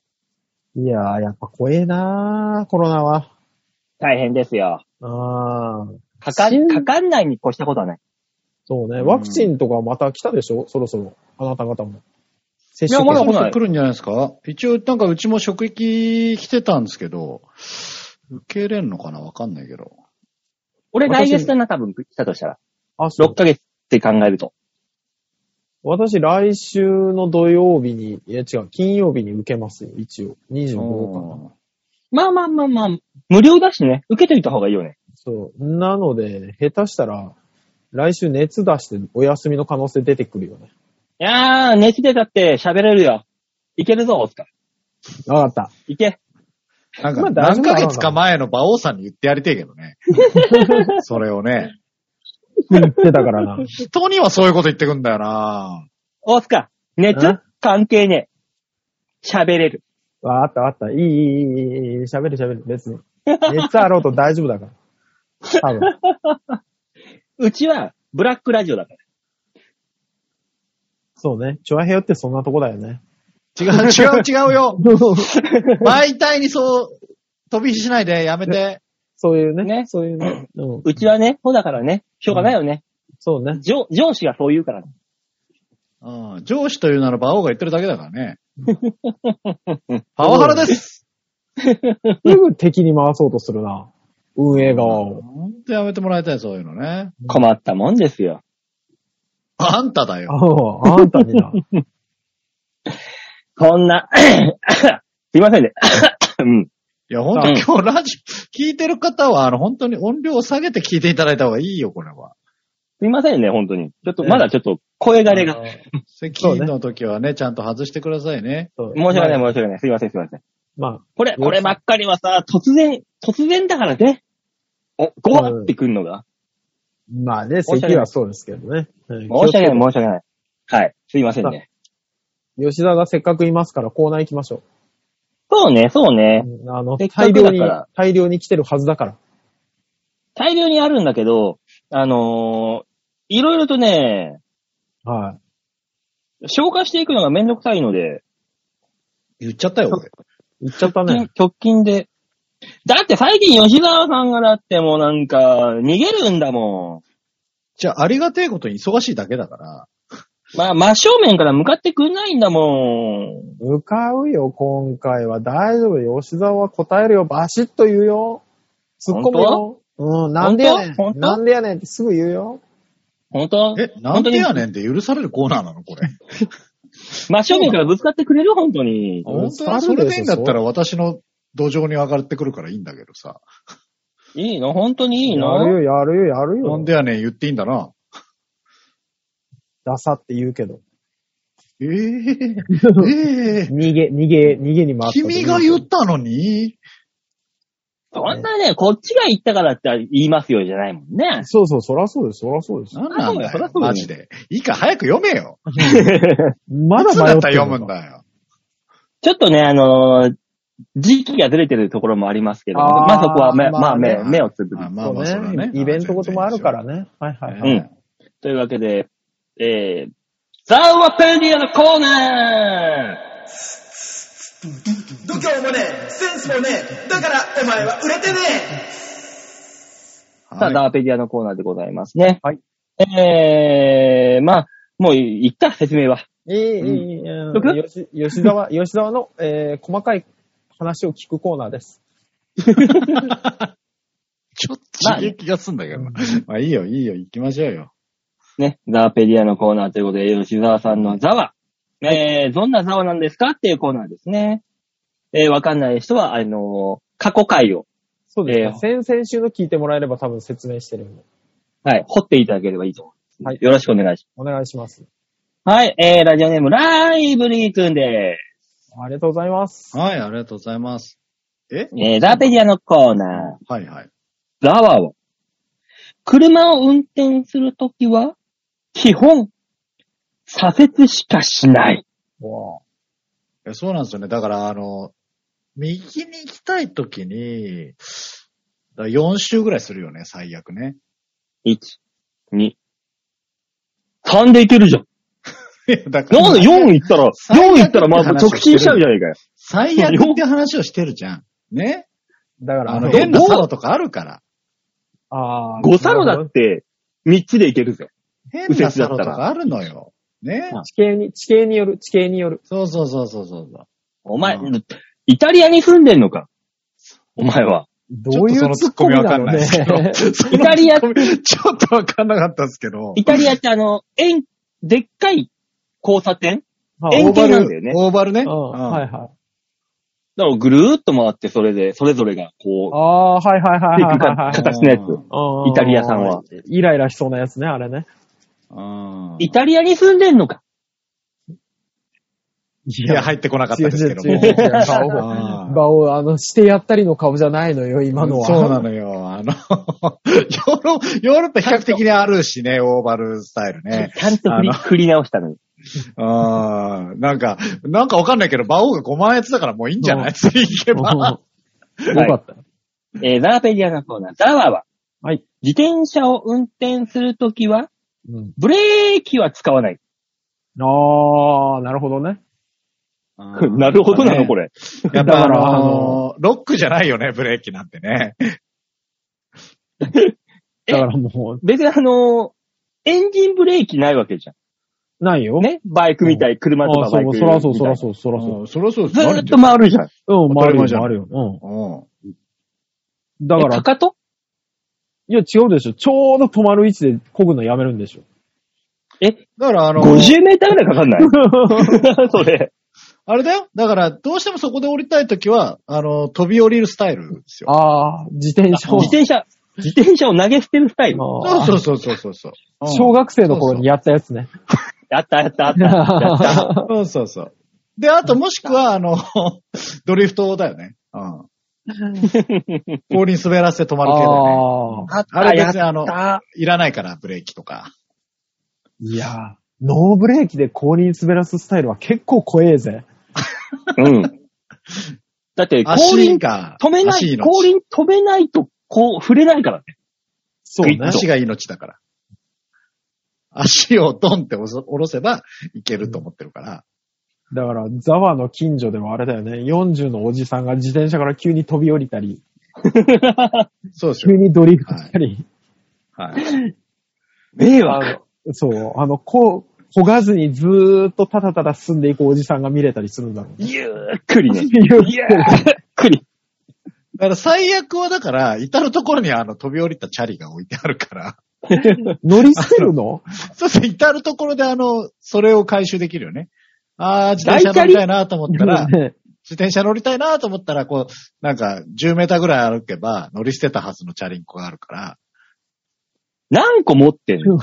S3: う、いやー、やっぱ怖えなー、コロナは。
S2: 大変ですよ。
S3: あー、
S2: かか
S3: そ
S2: ん、
S3: う
S2: かかんないに越したことはない。
S3: そうね。
S4: うん
S3: ワクチンとかまた来たでしょ、そろそろ。あなた方も。接
S4: いや、
S3: 種
S4: まだ
S3: 券
S2: 来
S4: 本
S2: ない
S4: 当来るんじゃないですか一応、なんかうちも職域来てたんですけど、受け入れるのかなわかんないけど。
S2: 俺来
S3: 私
S2: 月だな、多分来たとしたら。
S3: あ、そう
S2: 6。ヶ月って考えると。
S3: 私、来週の土曜日に、いや違う、金曜日に受けますよ、一応。25日かな。
S4: うん
S2: まあまあまあまあ、無料だしね、受けといた方がいいよね。
S3: そう。なので、下手したら、来週熱出してお休みの可能性出てくるよね。
S2: いやー、熱でだって喋れるよ。いけるぞ、オスカー。
S3: わかった。
S2: いけ。
S4: なん
S3: まあ
S4: か、
S3: 大丈夫
S4: 何
S3: だ
S4: ヶ
S3: ろうな
S4: 月か前の馬王さんに言ってやりてえけど ね。それをね。
S3: 言ってたから な。
S4: 人にはそういうこと言ってくんだよな
S2: オスカー、熱
S3: ん
S2: 関係ねえ。喋れる。
S3: わかったわかった。いい、いい、いいいい、喋る喋る、別に。熱あろうと大丈夫だから。多分。
S2: うちは、ブラックラジオだから。
S3: そうね。チョアヘヨってそんなとこだよね。
S4: 違う、違う、違う よ。媒体にそう、飛び火しないでやめて。
S3: そういうね。
S2: ね
S3: そういうね。うん。
S2: うちはね、そうだからね、しょうがないよね。
S3: そうね。
S2: 上上司がそう言うからね。
S4: うん、上司というなら馬王が言ってるだけだから ね。パワハラです。
S3: すぐ敵に回そうとするな。運営側を。
S4: ほんとやめてもらいたい、そういうのね。
S2: 困ったもんですよ。
S4: あんただよ。
S3: ああ、あんたにな。
S2: こんな、 すいませんね。 うん。
S4: いや、ほんと今日ラジオ、聞いてる方は、あの、本当に音量を下げて聞いていただいた方がいいよ、これは。
S2: すいませんね、本当に。ちょっと、まだちょっと、声
S4: あ
S2: がれが。
S4: 席の時はね、ちゃんと外してくださいね。
S3: そう
S2: 申し訳ない、申し訳ない。すいません、すいません。
S3: まあ、まあ
S2: これ、こればっかりはさ、突然、突然だからね。お、ごわってくんのが。
S3: まあね、
S2: 申し訳ない
S3: 席はそうですけどね。
S2: 申
S3: 申
S2: し訳ない、申し訳ない。はい。すいませんね。
S3: 吉田がせっかくいますからコーナー行きましょ
S2: そうね、そう
S3: う
S2: ね。。
S3: うんあの、
S2: せっか
S3: 大
S2: くだ
S3: 量
S2: から
S3: に、大量に来てるはずだから。
S2: 大量にあるんだけど、あのーいろいろとね、
S3: はい。
S2: 消化していくのがめんどくさいので、
S4: 言っちゃったよ、俺。
S3: 行っちゃったね。
S2: 直近で。だって最近吉沢さんがだってもうなんか、逃げるんだも
S4: じゃあ、ありがてえことに忙しいだけだから。
S2: ん。まあ、真正面から向かってくんないんだもん。
S3: 向かうよ、今回は。大丈夫。吉沢は答えるよ。バシッと言うよ。突っ込むよ。うん、なんでやね
S2: 本
S3: ん。
S2: 当
S3: なんでやねんってすぐ言うよ。
S2: 本当
S4: え、なん
S2: 本当
S4: で
S2: に
S4: やねんって許されるコーナーなの、これ。
S2: 真正面からぶつかってくれる本当に。
S4: 本当
S3: あ
S4: にそれでいいんだった
S3: そ
S4: ら私の土壌に上がってくるからいいんだけどさ。
S2: いいの本当にいい
S3: や
S2: の
S3: るよ、やるよ、やる
S4: な
S3: よ
S4: ん。でやねん言っていいんだな。
S3: ダサって言うけど。
S4: ええ ええ
S3: 逃げ、逃げ、逃げに回った。
S4: 君が言ったのに、
S2: そんなね、こっちが言ったからって言いますよじゃないもんね。
S3: そうそう、そらそうです、そらそうです。
S4: なんなんだ
S2: そりゃ
S4: よ
S2: そ、うだよ
S4: マジで。いいか、早く読めよ。
S3: まだ
S4: いつ
S3: 迷
S4: だ
S3: っ
S4: ってた
S3: る
S4: ら
S3: の
S4: 読むん
S3: か。
S4: だよ。
S2: ちょっとね、あのー時期がずれてるところもありますけど、
S3: あー
S2: まあそこは目、
S4: まあ
S2: まあ目、
S4: ね
S2: 目をつぶる。
S4: あまあ
S3: そ
S4: ま
S3: う
S4: あ、それはね
S3: ね。。イベントごともあるからね。はい
S4: あ。
S3: はいは
S4: 全然い
S2: うん
S4: いですよ
S2: というわけで、えー、ザワペディアのコーナー
S1: 度胸もねえセンスもねえだからお前は売れてねえ
S2: さあ、ザ
S4: はい
S2: ワペディアのコーナーでございますね。
S3: はい。
S2: えー、まあ、もういった、説明は。
S3: い。いい、いい、いい。うんよし吉沢、 吉沢の、えー、細かい話を聞くコーナーです。
S4: ちょっと刺激がすんだけどな。まあいいよ、いいよ、行きましょうよ。
S2: ね、ザワペディアのコーナーということで、吉沢さんのザワ、えー、どんなザワなんですかっていうコーナーですね。えー、わかんない人は、あのー過去回を、
S3: そうですね
S2: え。
S3: 先々週の聞いてもらえれば多分説明してるんで。
S2: はい、掘っていただければいいと思います。
S3: はい
S2: よろしくお願いします。
S3: お願いします。
S2: はい、えー、ラジオネーム、ライブリーくんで
S3: ありがとうございます。
S4: はい、ありがとうございます。え
S2: す。えー、ザペディアのコーナー、
S4: はいはい。
S2: ザワを。車を運転するときは、基本、左折しかしない。
S3: わ
S4: やそうなんですよね。だから、あの、右に行きたいときに、だから4周ぐらいするよね、最 悪ね。
S2: 1、2、3でいけるじゃん。
S4: だから
S2: なんで4行ったら、
S4: 最悪
S2: 4行ったらまず直進しちゃうじゃないかよ。
S4: 最悪って話をしてるじゃん。ね
S3: だから、
S4: あの、
S2: そう
S4: 変なサロとかあるから。
S3: あー
S2: 5サロだって、3つでいけるぜ。
S4: 変なサロとかあるのよ。ね
S2: うん
S5: 地形に、地形による、地形による。
S4: そうそうそうそうそうそう。
S2: お前
S4: うん、
S2: イタリアに住んでんのかお前は。
S3: どういうツッコミだろうね。
S4: ちょっとそのツッコミわかんないで
S2: イタリ
S4: すけど
S2: ア、
S4: ちょっとわかんなかったですけど。
S2: イタリアってあの、円、でっかい交差点
S3: まあ
S2: 円
S4: オー
S2: 形
S4: バ
S2: なんだよね
S4: ル、オーバルね。
S3: うんはい
S4: う
S3: は
S2: だ
S3: い。
S2: からぐるーっと回って、それで、それぞれが、こ
S3: ああ、はいはいはいはいはいはい
S2: あ。形のやつ
S3: う
S2: う、イタリアさんは。。
S3: イライラしそうなやつね、あれね。
S4: うん
S2: イタリアに住んでんのか
S4: いや、入ってこなかったですけど
S3: 違う 違う違う違う顔が
S4: も。
S3: 場を、あの、してやったりの顔じゃないのよ、今のは。
S4: そうなのよ。あの、ヨーロヨーロッパ比較的にあるしね、オーバルスタイルね。
S2: ちゃんと振り
S4: あの
S2: 振り直したのに。
S4: うん。なんか、なんかわかんないけど、馬王が5万円やつだからもういいんじゃない次行けば。
S3: うんよかった。
S2: えー、ザーペディアのコーナー、ザワは、
S3: はい。
S2: 自転車を運転するときは、
S3: うん
S2: ブレーキは使わない。
S3: ああ、なるほどね。
S4: うん
S2: なるほどなの、こ。れ。
S4: やっぱ
S3: だか
S4: あ
S3: らあ
S4: の
S3: の、
S4: ロックじゃないよね、ブレーキなんてね。
S2: え
S3: だからも
S2: 別にあのーエンジンブレーキないわけじゃ
S3: う、ない
S2: ん。
S3: よ。
S2: ねバイクみたい、車とか
S3: ああ、そ
S2: バイ
S3: う、
S2: ク。
S3: そらそう、そら
S2: う。
S3: そう、そらそう
S4: うんそりゃそうです
S2: ず
S4: よ
S2: ーっと回るじゃん。。
S3: うん、
S4: 当た
S3: 回
S4: り
S3: る
S4: 前じゃん
S3: よ、回るよ。うん。
S4: うん。
S3: だか
S2: え
S3: ら、
S2: かと
S3: いや、違うでしょ。ちょうど止まる位置で漕ぐのやめるんでしょ。
S4: だからあの、
S2: ?50 メーターぐらいかかんない それ。
S4: あれだよ。だから、どうしてもそこで降りたいときは、あの、飛び降りるスタイルです よ。
S3: ああ、自転車
S2: 自
S3: を。
S2: 転車、自転車を投げ捨てるスタイル。
S3: ああ
S4: そうそうそうそうそう。うん
S3: 小学生の頃にやったやつ ね。
S2: あったあったあった。 やった
S4: そうそうそう。で、あともしくは、あの、 ドリフトだよね。 うん。氷に滑らせて止まる系だよね。
S3: ああ。
S2: あった。
S4: あれ別にあ
S2: や
S4: の
S2: っ、た。
S4: いらないから、ブレーキとか。
S3: いやー、ノーブレーキで氷に滑らすスタイルは結構怖えぜ。
S2: うん。だって、後
S4: 足
S2: 輪
S4: が、
S2: 止めな
S4: 足
S2: い、
S4: 命
S2: 後輪止めないと、こう、触れないからね。
S3: そうね。
S4: 足が命だから。足をドンっておそ下ろせばいけると思ってるから。
S3: だから、ザワの近所ではあれだよね。40のおじさんが自転車から急に飛び降りたり、
S4: そうです
S3: 急
S4: よ。
S3: にドリフトしたり、
S4: はい。
S2: 迷
S3: あ
S2: 惑。
S3: のそう、あの、こう、焦がずにずーっとただただ進んでいくおじさんが見れたりするんだろうね。
S2: ゆっくりね。
S3: ゆっくり
S2: ゆっくり。
S4: だから最悪はだから、至るところにあの飛び降りたチャリが置いてあるから、
S3: 乗り捨てるの
S4: そうすると至るところであの、それを回収できるよね。ああ、自転車乗りたいなと思ったら、
S3: ね
S4: 自転車乗りたいなと思ったら、こう、なんか10メーターぐらい歩けば乗り捨てたはずのチャリンコがあるから、
S2: 何個持ってんの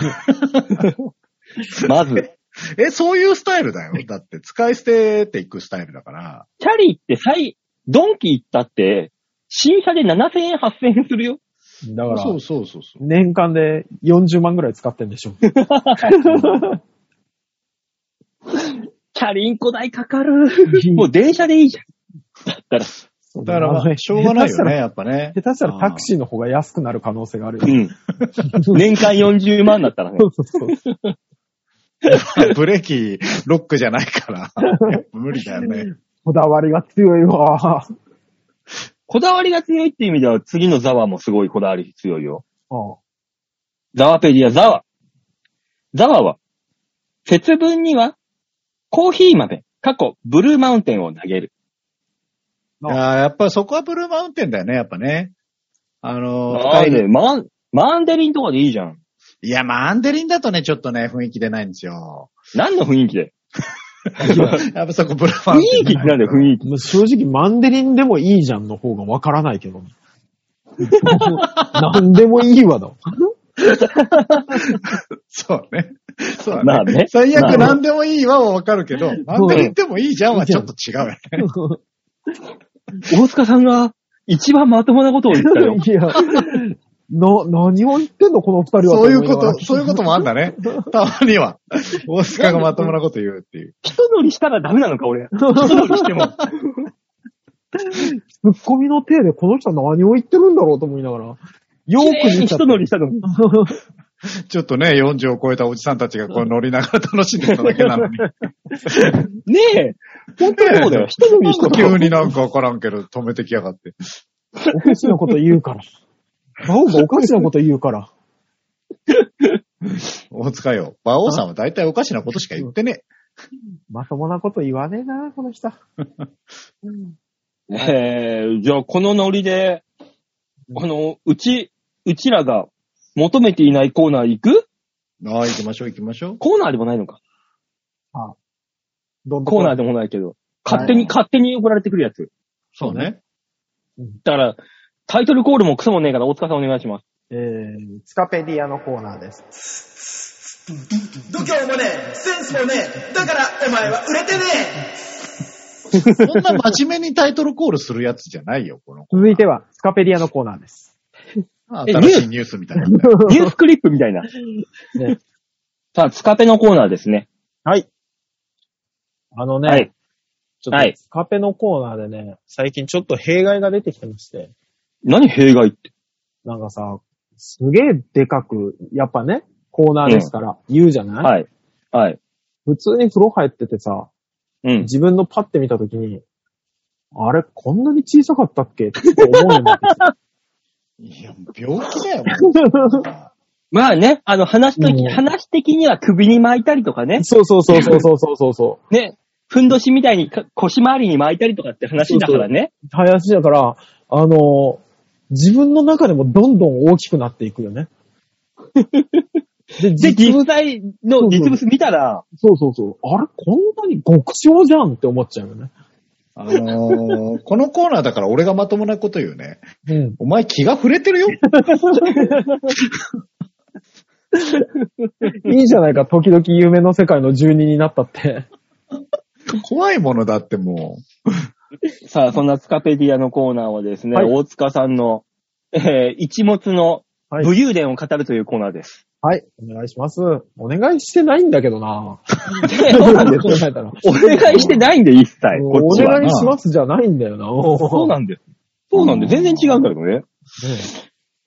S2: まず。
S4: え、そういうスタイルだよ。だって使い捨てていくスタイルだから、
S2: チャリって最、ドンキ行ったって、新車で7000円、8000円するよ。
S3: だから
S4: そ、うそうそうそう。
S3: 年間で40万ぐらい使ってんで しょ。
S2: チャリンコ代かかる。 もう電車でいいじゃん。だったら。
S4: だから、まあ、しょうがないよね、やっぱね
S3: 下。手したらタクシーの方が安くなる可能性があるよ。
S2: うん。年間40万だったらね
S3: そ。うそうそう。
S4: ブレーキ、ロックじゃない から、やっぱ無理だよね。
S3: こだわりが強いわ。
S2: こだわりが強いっていう意味では、次のザワもすごいこだわり強いよ。
S3: うん
S2: ザワペディア、ザワ。ザワは、節分には、コーヒー豆、過去、ブルーマウンテンを投げる。
S4: いやーやっぱそこはブルーマウンテンだよね、やっぱね。あのー、
S2: あ
S4: 深いね
S2: ね、マン、マンデリンとかでいいじゃん。
S4: いや、マンデリンだとね、ちょっとね、雰囲気出ないんですよ。
S2: 何の雰囲気で
S4: やっぱそこブルーマ
S2: 雰
S4: ウンテン
S2: 囲気ってなんだよ、雰囲気。
S3: もう正直、マンデリンでもいいじゃんの方がわからないけど。何でもいいわだ。
S4: そうね。そうだね。
S2: まあね
S4: 最
S2: まあ
S4: 悪
S2: ね
S4: 何でもいいはわかるけど、マンデリンでもいいじゃんはちょっと違うよね。
S2: 大塚さんが、一番まともなことを言ったよ。
S3: いや、な、何を言ってんのこの二人は。
S4: そういうこと、そういうこともあんだ ね。たまには。大塚がまともなこと言うっていう。
S2: 一乗りしたらダメなのか、俺。一乗りしても。
S3: ツッコミの手でこの人は何を言ってるんだろうと思いながら。よーく見ち
S2: 一
S3: ゃった。
S2: 乗りしたのに。
S4: ちょっとね、40を超えたおじさんたちがこう乗りながら楽しんでただけなのに。
S2: ねえ。本当そうだよ。一乗りしたの
S4: 急に なんかわからんけど止めてきやがって。
S3: おかしなこと言うから。バオがおかしなこと言うから。
S4: 大塚よ。馬王さんは大体おかしなことしか言ってね。
S3: まともなこと言わねえな、この人。
S2: えー、じゃあこのノリで、あの、うち、うちらが求めていないコーナー行く
S4: ああ、行きましょう行きましょう。
S2: コーナーでもないのか。
S3: どんどん
S2: コーナーでもないけど。勝手に、勝手に送られてくるやつ。
S4: そうね。
S2: だから、タイトルコールもクソもねえから、大塚さんお願いします。
S3: えー、スカペディアのコーナーです。
S1: 度胸もねえセンスもねえだからお前は売れてね
S4: そんな真面目にタイトルコールするやつじゃないよ、この子。
S3: 続いては、スカペディアのコーナーです。
S2: え
S4: 新しいニュースみたいな。
S2: ニュースクリップみ たいな。
S3: ね
S2: さあ、つかぺのコーナーですね。
S3: あのね、
S2: はい。
S3: ちょ
S2: は
S3: っ
S2: い
S3: とスカペのコーナーでね、最近ちょっと弊害が出てきてまして、
S2: 何弊害って。
S3: なんかさ、すげえでかく、やっぱね、コーナーですから、言うじゃな
S2: は
S3: い、
S2: い。はい。
S3: 普通に風呂入っててさ、
S2: うん。
S3: 自分のパッて見たときに、あれ、こんなに小さかったっけって思うようになってき
S4: いや、病気だよ。
S3: た
S2: まあね、あの、話と
S3: う
S2: き、
S3: ん
S2: 話的には首に巻いたりとかね。
S3: そうそうそうそうそうそうそうそう。
S2: ね。ふんどしみたいにか腰回りに巻いたりとかって話だからね。
S3: 林だから、あの、自分の中でもどんどん大きくなっていくよね。 で、
S2: で、
S3: 実
S2: 実際の実物見たら、
S3: そうそうそう。あれ、こんなに極小じゃんって思っちゃうよね。
S4: あのーこのコーナーだから俺がまともなこと言うね。
S3: うん。
S4: お前気が触れてるよ。
S3: いいじゃないか、時々夢の世界の住人になった って。
S4: 怖いものだっても
S2: さあ、そんなスカペディアのコーナーはですね、
S3: はい
S2: 大塚さんの、えー、一物の
S3: はい
S2: 武勇伝を語るというコーナーです。
S3: はい、お願いします。お願いしてないんだけどな。
S2: で そうなんです。
S3: 考えたら
S2: お願いしてないんで、一切。こ
S3: お
S2: っちは
S3: 願いしますじゃないんだよな。
S2: そうなんです。そうなんで、全然違うんだけどね。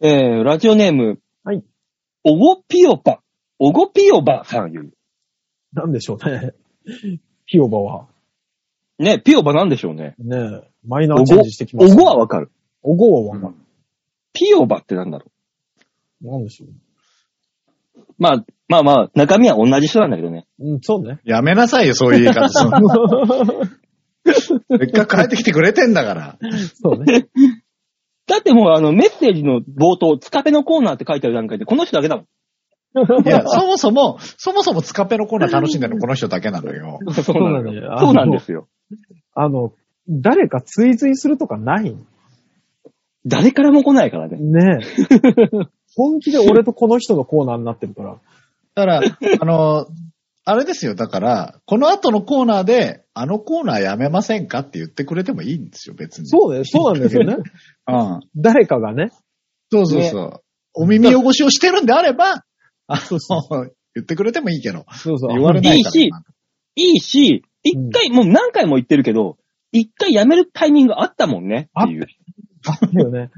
S3: ね
S2: えー、ラジオネーム。
S3: はい。
S2: おごぴおば。おごぴおばさんいう。
S3: なんでしょうね。ひよばは。
S2: ね、ぴおばなんでしょうね。
S3: ねえ、マイナ
S2: お
S3: ーチェンジしてきま
S2: ご、お
S3: したね。
S2: ごはわかる。
S3: おごは
S4: う
S3: わかる。
S2: ぴおばってなんだろ
S3: なんでしょ
S2: う。まあ、まあまあ、中身は同じ人なんだけどね。
S3: う。うん、そうね。
S4: やめなさいよ、そういう言い方するの。せっかく帰ってきてくれてんだから。
S3: そうね。
S2: だってもう、あの、メッセージの冒頭、つかぺのコーナーって書いてある段階で、この人だけだも ん。
S4: いや、そもそも、そもそもつかぺのコーナー楽しんでるのこの人だけなのよ。
S2: そう
S3: なんだよ
S2: そうなんですよ。
S3: あの、誰か追随するとかない
S2: 誰からも来ないからね。
S3: ねえ。本気で俺とこの人のコーナーになってるから。
S4: だから、 あの、あれですよ、だから、この後のコーナーで、あのコーナーやめませんかって言ってくれてもいいんですよ、別に。
S3: そうね、そうなんですよね。
S4: うん。
S3: 誰かがね。
S4: そうそうそう。お耳汚しをしてるんであれば、 あ の、言ってくれてもいいけど、
S3: そうそう。
S4: 言われないから。
S2: いいしいいし、一回、もう何回も言ってるけど、一回やめるタイミングあったもんね。っていう。
S3: だよね。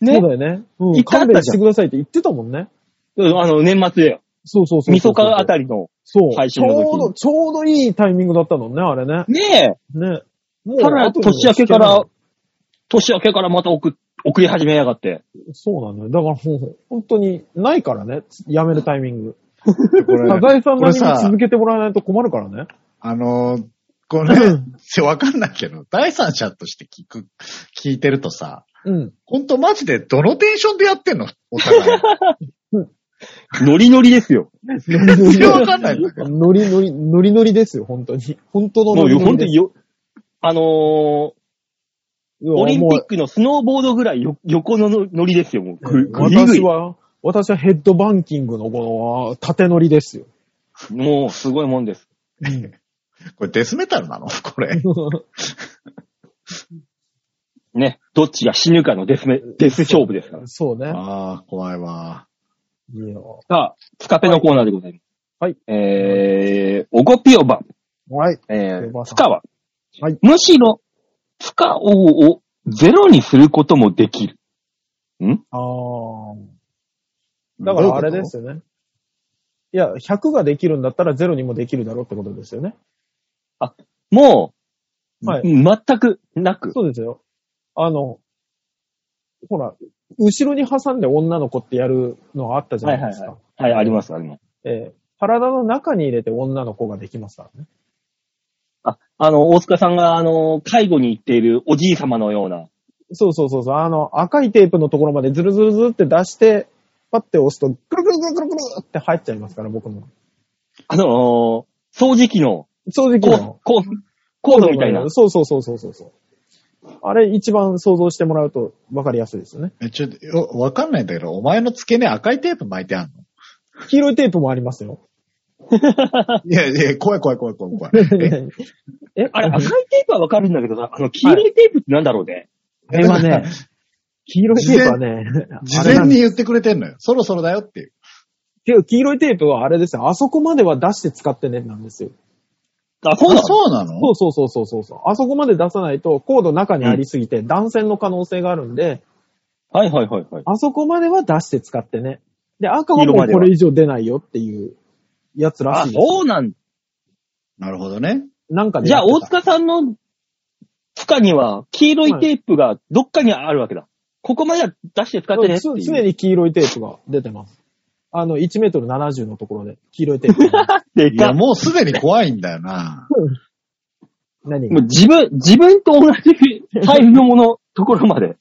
S2: ね
S3: そうだよね。う
S2: 一
S3: ん。
S2: 回あ
S3: 勘
S2: ったじゃん
S3: 弁してくださいって言ってたもんね。
S2: うんあの、年末で、
S3: そうそうそうそう。
S2: みそかあ
S3: り。
S2: たりの。
S3: そう。
S2: 配
S3: ち
S2: 信の時
S3: ょうど、ちょうどいいタイミングだったのね、あれね。
S2: ね
S3: ね。も
S2: え、ただ
S3: 後にも
S2: 年明けか
S3: 聞
S2: ら
S3: け、
S2: 年明けからまた送、送り始めやがって。
S3: ない。そうなんだよ。だからもう、本当に、ないからね、やめるタイミング。
S4: これ
S3: サザエさん
S4: こ
S3: 何
S4: れ
S3: も
S4: さ
S3: 続けてもらわないと困るからね。
S4: あのー、これ、わかんないけど、第三者として聞く、聞いてるとさ、
S3: うん。
S4: ほんとマジでどのテンションでやってんのお 互い。
S2: ノリノリですよ。
S3: ノ
S4: それわかんないんだけど。
S3: リノリ、ノリノリですよ、本当に。本当の
S2: も
S3: ノ
S2: う
S3: リ
S2: よ、
S3: ノリ
S2: 本当
S3: で
S2: に
S3: す。
S2: よ、あのー、オリンピックのスノーボードぐらいよ横ののノリですよ、もう。く、
S3: もう
S2: ぐいぐい。
S3: 私は、私はヘッドバンキングのこの、縦ノリですよ。
S2: もう、すごいもんです。
S4: これデスメタルなのこれ。
S2: ね、どっちが死ぬかのデスメ、デス勝負ですから。
S3: そうね。
S4: ああ、怖いわ。
S3: いいよ
S2: さあ、スカペのコーナーでございます。
S3: はい。
S2: えー、おごぴおば、
S3: はい。
S2: え
S3: おば
S2: ー、つ
S3: さん
S2: かは、
S3: はい
S2: むしろ、つかおをゼロにすることもできる。
S3: ああ。だからあれですよね。いや、100ができるんだったら0にもできるだろうってことですよね。
S2: も
S3: は
S2: う、
S3: い。
S2: 全くなく。
S3: そうですよ。あの、ほら、後ろに挟んで女の子ってやるのがあったじゃないですか。
S2: はい、あります、あります。
S3: えー体の中に入れて女の子ができますからね。
S2: あ、あの、大塚さんが、あの、介護に行っているおじい様のような。
S3: そうそうそうそう。あの、赤いテープのところまでズルズルズルって出して、パッて押すと、ぐるぐるぐるぐるぐるって入っちゃいますから、僕も。
S2: あのー掃除機の、
S3: 掃除機の
S2: こ。う、こう、コードみたいな。
S3: そうそうそうそうそうそう。あれ一番想像してもらうと分かりやすいですよね。
S4: え、ちょっと、よわかんないんだけど、お前の付け根赤いテープ巻いて あんの
S3: 黄色いテープもありますよ。
S4: いやいや、怖い怖い怖い怖い怖い。え
S3: え、
S2: あれ、赤いテープはわかるんだけどさ、あの、黄色いテープってなんだろうね。
S3: あれはね、黄色いテープはね、
S4: 事
S3: あれな
S4: 前
S3: んで
S4: に言ってくれてんのよ。そろそろだよっていう。
S3: 黄色いテープはあれですよ。あそこまでは出して使ってね、なんですよ。
S2: あ、そうな
S4: あ
S2: の
S4: そうなの
S3: そうそうそうそうそうそう。あそこまで出さないと、コード中にありすぎて断線の可能性があるんで、
S2: はいはいはいはい。
S3: あそこまでは出して使ってね。で、赤はもうこれ以上出ないよっていうやつら
S2: あ、
S3: しいです。
S2: そうなん
S4: なるほどね。
S3: なんかね。
S2: じゃあ、
S3: やって
S2: 大
S3: た
S2: 塚さんの負荷には、黄色いテープがどっかにあるわけだ。ここまでは出して使ってねって
S3: そう
S2: いう。
S3: 常に黄色いテープが出てます。あの、1メートル70のところで、黄色いテープ。
S2: で
S4: い
S2: か
S4: や、もうすでに怖いんだよな。
S3: 何
S2: もう
S3: が
S2: 自分、自分と同じサイズのもの、ところまで、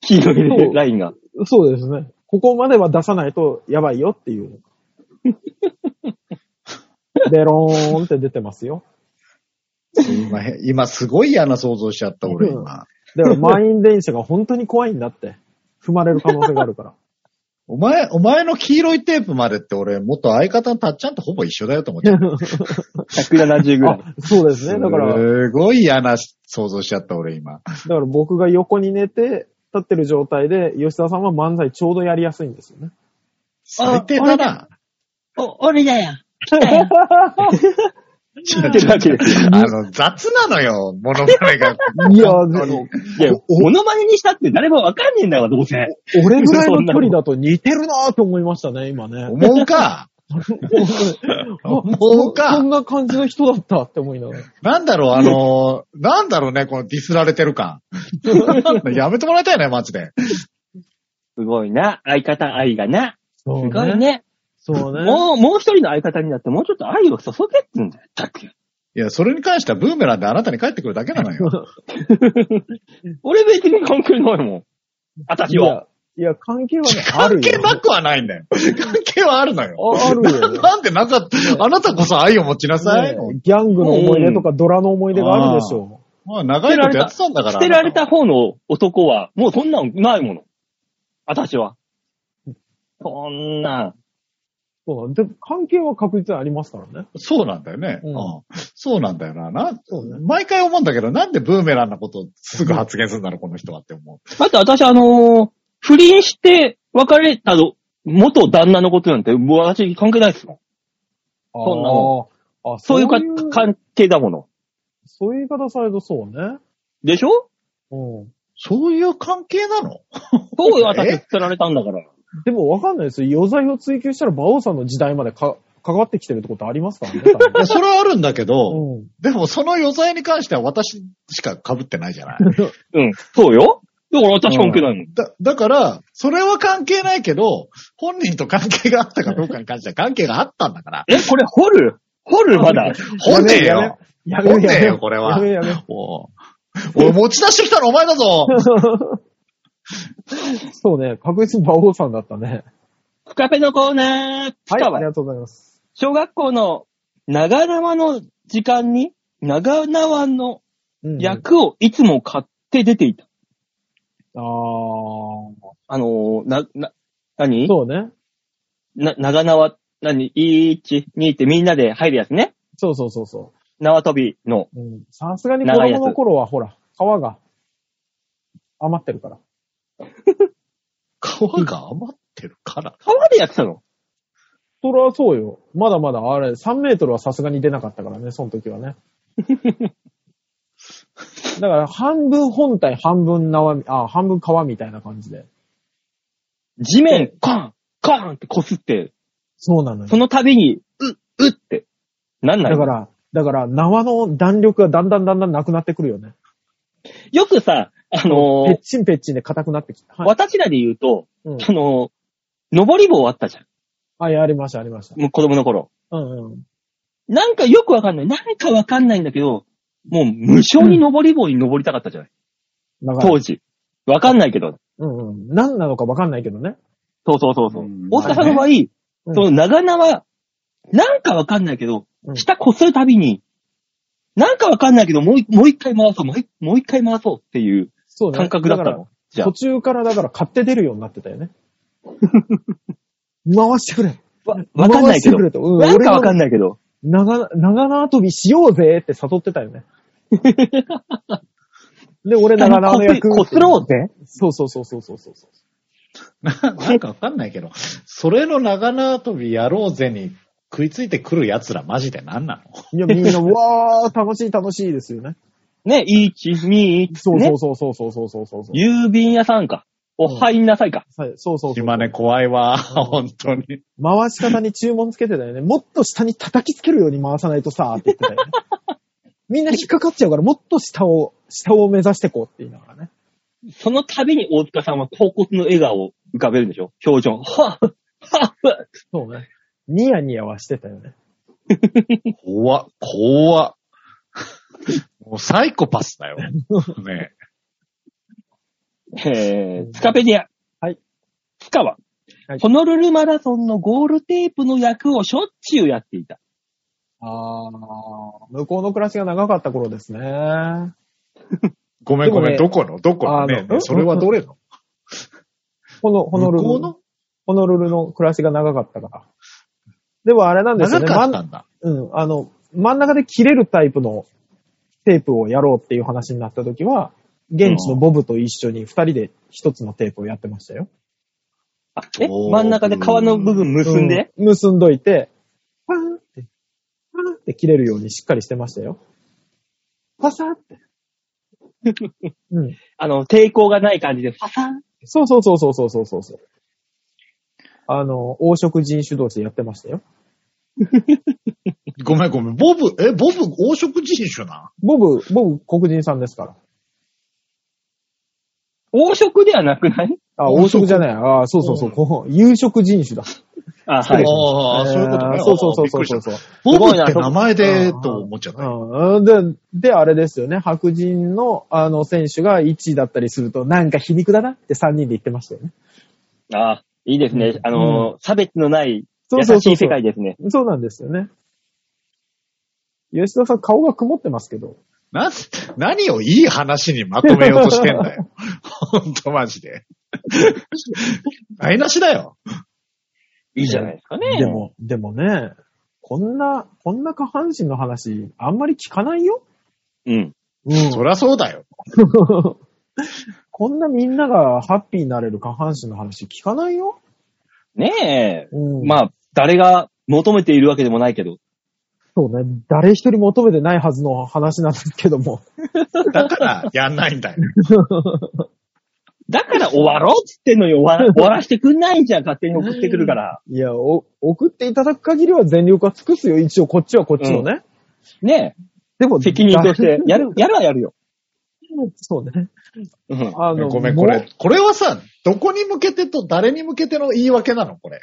S2: 黄色
S3: そう
S2: いラインが。
S3: そうですね。ここまでは出さないとやばいよっ ていう。ベローンって出てますよ。
S4: 今、へ今すごい嫌な想像しちゃった、俺今。
S3: だから満員電車が本当に怖いんだって。踏まれる可能性があるから。
S4: お前、お前の黄色いテープまでって俺、もっと相方のたっちゃんとほぼ一緒だよと思 っちゃっ
S2: 170ぐらい。
S3: あそうです
S4: た。
S3: ね。だから、だ
S4: すごい嫌な想像しちゃった、俺今。
S3: から僕が横に寝て、立ってる状態で、吉田さんは漫才ちょうどやりやすいんです よね。
S4: 最低だな。
S2: お、俺だよ。知ってるわけですよ。
S4: あの、雑なのよ、モノマネ が。
S3: いや、で
S4: 本当に
S3: も、
S2: いや、モノマネにしたって誰もわかんねえんだよ、どうせ。
S3: 俺ぐらいの距離だと似てるなぁと思いましたね、今ね。
S4: 思うか。思う
S3: そん
S4: か。
S3: な感じの人だったって思いながら。
S4: なんだろう、あの、なんだろうね、このディスられてる感。やめてもらいたいね、マジで。
S2: すごいな。相方愛がな。
S3: す
S2: すごい。ね。
S3: そうね。
S2: もう、もう一人の相方になって、もうちょっと愛を注げって言うんだよ、たくや。
S4: いや、それに関してはブーメランであなたに帰ってくるだけなのよ。
S2: 俺別に関係ないもん。
S3: い
S2: 私は。
S3: や、いや、関係はね、ある
S4: 関
S3: よ。
S4: 係なくはないんだよ。関係はあるのよ。
S3: ああるよ。
S4: なんでなかった、あなたこそ愛を持ちなさい。
S3: ねギャングの思い出とかドラの思い出があるでしょ
S4: まあ、長いことやってたんだから。
S2: 捨てられた方の男は、もうそんなんないもの。私は。そんな、
S3: う。そうで関係は確実にありますからね。
S4: そうなんだよね。
S3: う
S4: うんんそうなんだよな。な、毎回思うんだけど、なんでブーメランなことをすぐ発言するんだろう、この人はって思う。
S2: だって私、あのー不倫して別れたの、元旦那のことなんて、もう私関係ないですよ。そんなの
S3: あーあ
S2: そういうか
S3: か、
S2: 関係だもの。
S3: そういう言い方されるとそうね。
S2: でしょ
S3: うん。
S4: そういう関係なの
S2: そうよ、私、捨
S4: え
S2: てられたんだから。
S3: でもわかんないですよ。余罪を追求したら馬王さんの時代までか、関わってきてるってことありますからね。多分
S4: いやそれはあるんだけ ど、
S3: うん。
S4: でもその余罪に関しては私しか被ってないじゃない。
S2: うん、そうよ。だから私関係ないもん。
S4: だ、だから、それは関係ないけど、本人と関係があったかどうかに 関しては関係があったんだから。
S2: え、これ掘る掘るまだ。
S4: 本ねえ
S3: やめ
S4: よ。
S3: やめ
S4: 本
S3: やめ
S4: ねえよ、これは。
S3: やめやめ。
S4: おう俺持ち出してきたのお前 だぞ
S3: そうね、確実に馬王さんだったね。
S2: スカペのコーナース
S3: はい、
S2: カ
S3: あり
S2: は、
S3: がとうございます。
S2: 小学校の長縄の時間に、長縄の
S3: うんうん
S2: 役をいつも買って出ていた。
S3: ああ、
S2: あのー、な、な、何
S3: そうね。
S2: な、長縄、何 ?1、2ってみんなで入るやつね。
S3: そうそうそうそ
S2: 縄跳びの。
S3: う。うんさすがに子供の頃はほら、川が余ってるから。
S4: 皮が余ってるから。。
S2: 川でやってたの
S3: それはそうよ。まだまだ、あれ、3メートルはさすがに出なかったからね、その時はね。だから、半分本体、半分縄み、あ、半分皮みたいな感じで。
S2: 地面、カーン、カーンって擦って、
S3: そうなのよ
S2: そ。の度に、う、うって、なんない
S3: だから、だから、縄の弾力がだんだんだんだんなくなってくるよね。
S2: よくさ、あの
S3: ペ
S2: ー
S3: ッ、チンペッチンで硬くなってきた。はい。
S2: 私らで言うと、
S3: うん
S2: あのー、登り棒あったじゃん。
S3: はい、ありました、ありました。
S2: もう子供の頃。
S3: うんうん。
S2: なんかよくわかんない。なんかわかんないんだけど、もう無償に登り棒に登りたかったじゃない、
S3: だから
S2: 当、時。わかんないけど。
S3: うんうん。何なのかわかんないけどね。
S2: そうそうそうそううん大塚さんの場合、
S3: うん
S2: その長縄は、なんかわかんないけど
S3: う、ん
S2: 下こするたびに、なんかわかんないけど、もう一もう一回回そう、もう一もう一回回そうっていう
S3: そうね。
S2: 感覚だった
S3: から
S2: の。じゃあ
S3: 途、中からだから買って出るようになって たよね。回してくれ。
S2: わわかんないけど
S3: 回してく。れとうん
S2: なんかわかん
S3: 俺も
S2: ないけど。
S3: 長、長縄跳びしようぜって悟って たよね。で、俺長縄の役。
S2: こすろうぜ。
S3: そうそうそうそうそうそう。
S4: ななんかわかんないけど、それの長縄跳びやろうぜに食いついてくる奴らマジで何なの
S3: い や、みんな、わー、楽しい楽しいですよね。
S2: ね、1、2、
S3: そう
S2: ね、
S3: そうそうそうそうそうそうそう。
S2: 郵便屋さんか。お入んなさいか。
S3: はいそうそうそう。
S4: 島根怖いわ、本当に。
S3: 回し方に注文つけてたよね。もっと下に叩きつけるように回さないとさーって言ってたよね。みんな引っかかっちゃうから、もっと下を、下を目指してこうって言いながらね。
S2: その度に大塚さんは高骨の笑顔を浮かべるんでしょ表情。はぁ、はぁ、
S3: そうね。ニヤニヤはしてたよね。
S4: 怖っ、 怖っ。もうサイコパスだよ。ね
S2: えー、スカペディア。
S3: はい。
S2: スカは、
S3: はい
S2: ホノルルマラソンのゴールテープの役をしょっちゅうやっていた。
S3: あー、向こうの暮らしが長かった頃ですね。
S4: ごめんごめん、
S3: でも
S4: ど
S3: ね
S4: このどこの
S3: あの
S4: ねえねえそれはどれの
S3: この、ホノル
S4: 向こう
S3: ル
S4: の。
S3: ホノルルの暮らしが長かったから。でもあれなんですよね。
S4: 長かっ
S3: ま
S4: た
S3: ん
S4: んだ。
S3: うん、あの、真ん中で切れるタイプのテープをやろうっていう話になった時は、現地のボブと一緒に二人で一つのテープをやってましたよ。
S2: あえ
S4: おー
S2: 真ん中で皮の部分結んで、
S3: うん結んどいて、パーンって、パーンって切れるようにしっかりしてましたよ。パサーって。うん。
S2: あの、抵抗がない感じで、ファサン。
S3: そうそうそうそうそうそうそう。あの、黄色人種同士でやってましたよ。
S4: ごめんごめん、ボブ、え、ボブ、黄色人種な
S3: ボブ、ボブ黒人さんですから。
S2: 黄色ではなくない
S3: あ、黄色じゃない。あそうそうそう。こう有色人種だ。
S2: あ、はい。
S4: ああ、そういうこと
S3: え
S4: ね。
S3: ーそうそうそう
S4: あ
S3: そ
S4: ー
S3: うそうそう。
S4: びっくりしたボ
S2: ご
S4: ブ
S2: いな
S4: って名前で、
S3: そう
S4: と思っちゃった。
S3: うん、で、で、あれですよね。白人の、あの、選手が1位だったりすると、なんか皮肉だなって3人で言ってましたよね。
S2: あいいですね。あのー、差別のない
S3: そう
S2: 優
S3: そう
S2: し
S3: そう
S2: い
S3: そ
S2: 世
S3: う。
S2: 界ですね。
S3: そうなんですよね。吉田さん顔が曇ってますけど。
S4: なん、何をいい話にまとめようとしてんだよ。ほんとマジで。台無しだよ。
S2: いいじゃないですかね。
S3: でも、でもね、こんな、こんな下半身の話、あんまり聞かないよ。
S2: うん。
S3: うん。
S4: そりゃそうだよ。
S3: こんなみんながハッピーになれる下半身の話聞かないよ。
S2: ねえ。
S3: うん。
S2: まあ、誰が求めているわけでもないけど。
S3: そうね。誰一人求めてないはずの話なんですけども。
S4: だから、やんないんだよ。
S2: だから終わろうっつってんのに終わら終わらしてくんないじゃん。勝手に送ってくるから。
S3: いや、お、送っていただく限りは全力は尽くすよ。一応こっちはこっちのね。
S2: ね
S3: でも、
S2: え。責任として。やる、やるはやるよ。
S3: そうね。
S2: うん。
S3: あの、
S4: ごめん、こ
S3: も
S4: れ。これはさ、どこに向けてと誰に向けての言い訳なのこれ。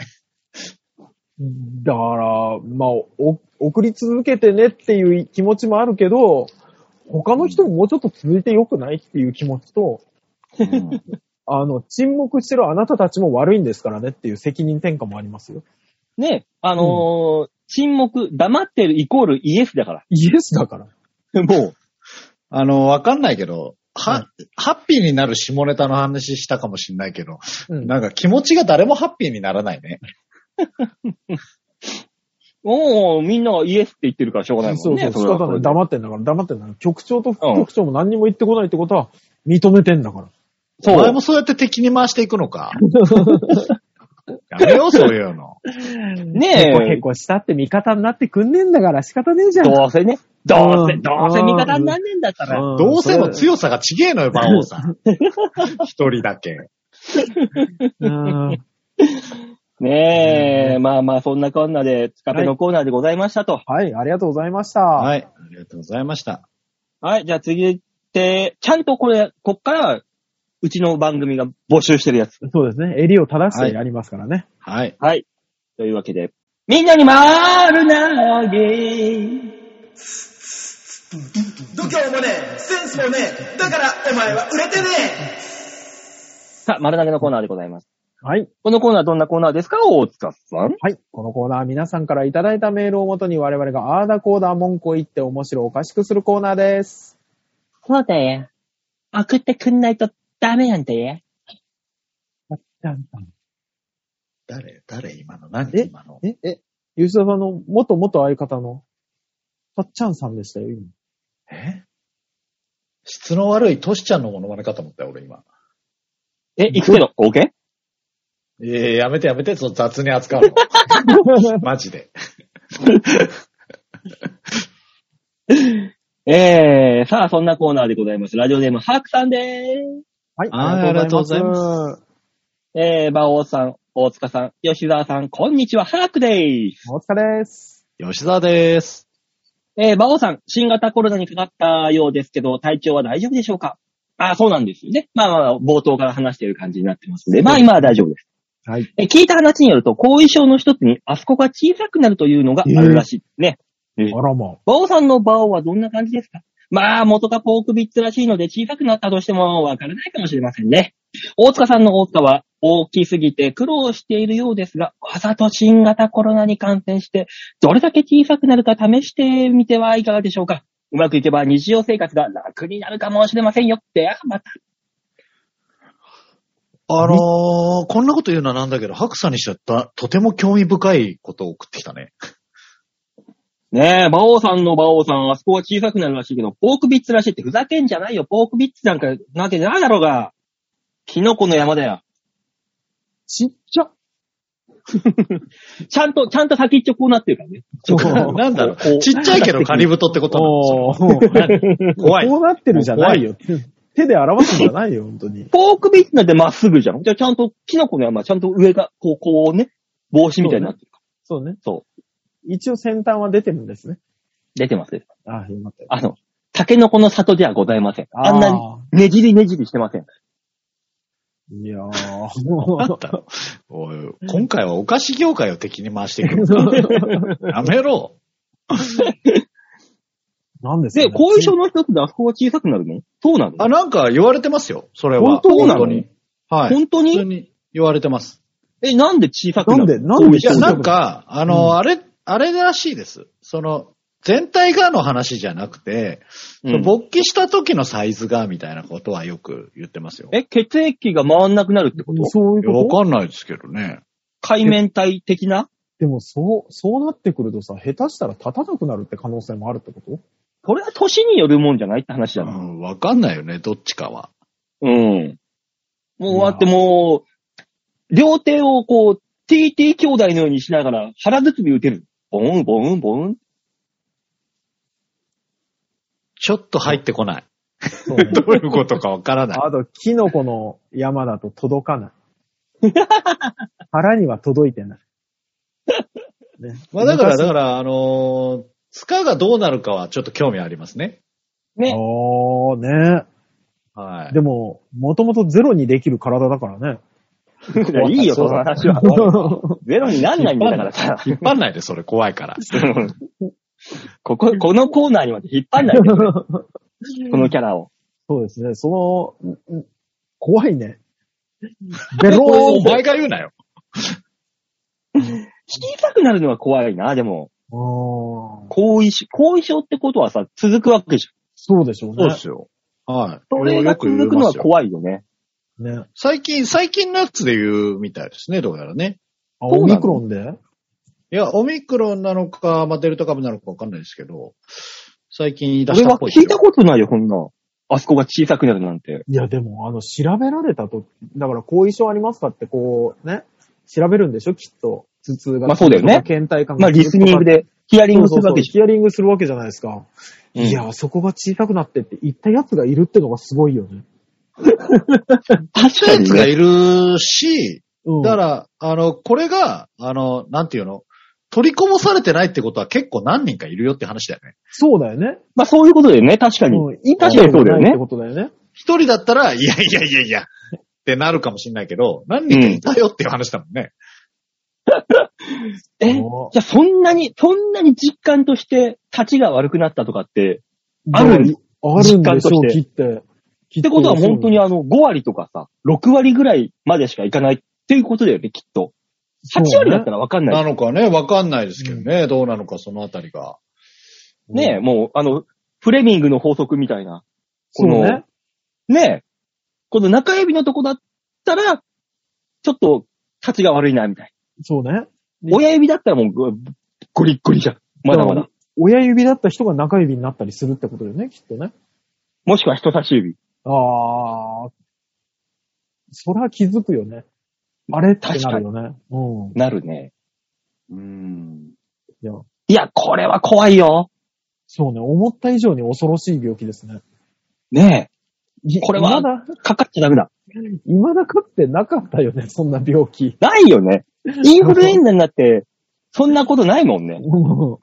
S3: う。だから、まあ、お、送り続けてねっていう気持ちもあるけど、他の人ももうちょっと続いてよくないっていう気持ちと、あの、沈黙してるあなたたちも悪いんですからねっていう責任転嫁もありますよ。
S2: ねえ。あのー沈黙、黙ってるイコールイエスだか
S3: イエスだから。
S2: ら。もう。
S4: あの、わかんないけど、は、ハッピーになる下ネタの話したかもしんないけど、
S3: うん。
S4: なんか気持ちが誰もハッピーにならないね。
S2: おー、みんながイエスって言ってるからしょうがないも
S3: そ
S2: ん
S3: う
S2: ね。
S3: そう、仕
S2: れはこ
S3: 方な
S2: れ
S3: い。
S2: で
S3: 黙ってんだから、黙ってんだから。局長と副局長も何にも言ってこないってことは、認めてんだから。
S2: そう
S4: お前もそうやって敵に回していくのか。やめよう、そういうの。
S2: ね
S5: へこへ
S2: え、
S5: こしたって味方になってくんねえんだから仕方ねえじゃん。
S2: どうせね、どうせ、
S5: うん
S2: どうせ味方になんねえんだったら。
S5: うん
S4: どうせの強さがちげえのよ、馬王さん。一人だけ。
S5: うん
S2: ねえ、まあまあ、そんなこんなで、つかペのコーナーでございましたと。
S3: はい、ありがとうございました。
S4: はい。ありがとうございました。
S2: はい、じゃあ次って、ちゃんとこれ、こっから、うちの番組が募集してるやつ。
S3: そうですね。襟を正してやりますからね。
S4: はい。
S2: はい。というわけで、みんなに丸投げ
S1: 度胸もねえセンスもねえだからお前は売れてねえ
S2: さあ、丸投げのコーナーでございます。
S3: はい。
S2: このコーナーどんなコーナーですか大塚さん。
S3: はい。このコーナーは皆さんからいただいたメールをもとに我々があーだこーだ文句を言って面白おかしくするコーナーです。
S2: そうだよ。送ってくんないとダメなんだよ。
S4: 誰誰今の何
S3: え
S4: 今の
S3: え、え、吉田さんの元元相方の、たっちゃんさんでした よ、今。
S4: え質の悪いトシちゃんのモノマネかと思ったよ、俺今。
S2: え、行くけど、OK?
S4: いやいややめてやめて、その雑に扱うの。マジで。
S2: えー、さあ、そんなコーナーでございます。ラジオネーム、ハークさんでー
S3: はい。
S4: あー
S3: ありがとうござい
S4: ありがと
S3: ます。
S2: す。えー、馬王さん、大塚さん、吉沢さん、こんにちは、ハークでーす。
S3: お疲れです。
S4: 吉沢です。
S2: えー、馬王さん、新型コロナにかかったようですけど、体調は大丈夫でしょうかあー、そうなんですよね。まあまあ、冒頭から話している感じになってますんで、まあ今は大丈夫です。
S3: はい。
S2: えー、聞いた話によると、後遺症の一つに、あそこが小さくなるというのがあるらしいですね。え
S3: あらま。
S2: バオさんのバオはどんな感じですかまあ、元がポークビッツらしいので小さくなったとしてもわからないかもしれませんね。大塚さんの大塚は大きすぎて苦労しているようですが、わざと新型コロナに感染して、どれだけ小さくなるか試してみてはいかがでしょうかうまくいけば日常生活が楽になるかもしれませんよって、また。
S4: あのー、こんなこと言うのはなんだけど、白さんにしちゃった、とても興味深いことを送ってきたね。
S2: ねえ、馬王さんの馬王さん、あそこは小さくなるらしいけど、ポークビッツらしいってふざけんじゃないよ。ポークビッツなんか、なんてないだろうが。キノコの山だよ。
S3: ちっちゃ。
S2: ちゃんと、ちゃんと先っちょこ うなってるからね。
S4: なんだろう、ちっちゃいけどカリブトってこと
S3: お
S4: な
S3: ー。
S4: の怖い。
S3: こうなってるじゃないよ。手で表すんじゃないよ、本当に。
S2: ポークビッツなんてまっすぐじゃん。じゃあちゃんと、キノコの山、ちゃんと上が、こう、こうね、帽子みたいになってるから。
S3: そうね。
S2: そう
S3: 一応先端は出てるんですね。
S2: 出てますよ。
S3: あー、よかったよ。
S2: あの、タケノコの里ではございません。あんなに、
S3: あ
S2: ねじりねじりしてません。
S3: ーいやー。
S4: なんだろうおい今回はお菓子業界を敵に回していく のやめろ。
S3: なんですか
S2: で、
S3: ね
S2: 後遺症の一つであそこは小さくなるのそうなの
S4: あ、なんか言われてますよ、それは。
S2: 本当なの
S4: に。はい。
S2: 本当
S4: 普通
S2: に
S4: に言われてます。
S2: え、なんで小さくな
S3: なん
S2: る
S3: で、なんで
S4: いや、
S3: 小さ
S4: な
S3: く
S4: んか、あの、あれ、あれらしいです。その、全体がの話じゃなくて、
S2: うん
S4: 勃起した時のサイズが、みたいなことはよく言ってますよ。
S2: え、血液が回んなくなるってこと
S3: そういう
S4: いや
S3: こと
S4: わかんないですけどね。
S2: 海面体的な
S3: でも、そう、そうなってくるとさ、下手したら立たなくなるって可能性もあるってこと
S2: これは年によるもんじゃないって話
S4: う
S2: だな。
S4: ん、わかんないよね、どっちかは。
S2: うん。もう終わってもう、両手をこう、TT 兄弟のようにしながら腹包み打てる。ボン、ボン、ボン。
S4: ちょっと入ってこない。
S3: そう
S4: どういうことかわからない。
S3: あと、キノコの山だと届かない。 腹には届いてない。ね
S4: まあだから、だ
S3: 昔
S4: から、あのー、スカがどうなるかはちょっと興味ありますね。
S2: ね。
S3: おーね。
S4: はい。
S3: でも、もともとゼロにできる体だから ね。
S2: い やいいよ、その話は。ゼロになんないんだからさ。
S4: 引っ張んないで、それ怖い から。
S2: ここ、このコーナーにまで引っ張んないで、 このキャラを。
S3: そうですね。その、んん怖い ね。ベロ
S4: お
S3: ーン
S4: 前が言うなよ。
S2: 小さくなるのは怖いな、でも。
S3: あー
S2: 後遺症、後遺症ってことはさ、続くわけじゃん。
S3: そうでしょう
S4: そう
S3: ね
S4: で。すよ。はい。
S2: それが続くのは怖いよね。
S3: ね
S4: 最近、最近のやつで言うみたいですね、どうやらね。
S3: あ
S2: そうなの
S3: オミクロンで
S4: いや、オミクロンなのか、まあ、デルタ株なのかわかんないですけど、最近言い出し
S2: 俺
S4: た
S2: は
S4: っぽい
S2: 聞いたことないよ、こんな。あそこが小さくなるなんて。
S3: いや、でも、あの、調べられたと、だから、後遺症ありますかって、こう、ね、調べるんでしょきっと。頭痛が。
S2: まあそうだよね
S3: 倦怠感が。
S2: まあ、リスニング。で、ヒアリングするわけじ
S3: ヒアリングするわけじゃないですか。
S2: ゃん。
S3: いや、あそこが小さくなってって言ったやつがいるってのがすごいよね。
S2: 確
S4: そう
S2: か
S4: いうや
S2: に
S4: つが
S2: ね。
S4: いるし、
S3: うん。
S4: だから、あの、これが、あの、なんていうの取りこぼされてないってことは結構何人かいるよって話だよね。
S3: そうだよね。
S2: まあそういうことでね、確かに。
S3: うん。一
S2: 確かにそうだよね
S3: ないってことだよね。
S4: 一人だったら、いやいやいやいや、ってなるかもしれないけど、何人かいたよっていう話だもんね。
S2: え、じ
S3: も
S2: ゃあそんなに、そんなに実感として、立ちが悪くなったとかって、あるんです
S3: うあるんで
S2: 実感
S3: し
S2: と
S3: ょ
S2: し
S3: う、
S2: て
S3: きって。きっ
S2: ってことは本当にあの、5割とかさ、6割ぐらいまでしかいかないっていうことだよね、きっと。
S3: そうね
S2: 8割だったらわかんな。
S4: ないのかね、わかんないですけどね、どうなのかそのあたりが。
S2: ねえ、
S3: うん
S2: もう、あの、フレミングの法則みたいな。
S3: そう
S2: こ
S3: ね
S2: の。ねえ。この中指のとこだったら、ちょっと、立ちが悪いな、みたい
S3: そうね。
S2: な。親指だったらもうご、ゴリッゴリじゃん。まだま
S3: だ
S2: だ
S3: か。親指だった人が中指になったりするってことだよね、きっとね。
S2: もしくは人差し指。
S3: あー。そりゃ気づくよね。あれってなるよね。うん。
S2: なるね。
S4: うん。
S3: いや、
S2: いや、これは怖いよ。
S3: そうね。思った以上に恐ろしい病気ですね。
S2: ねえ。これは
S3: 未、だ、
S2: かかっちゃダメだ。
S3: 未だかってなかったよね、そんな病気。
S2: ないよね。インフルエンザになって、そんなことないもんね。
S3: うん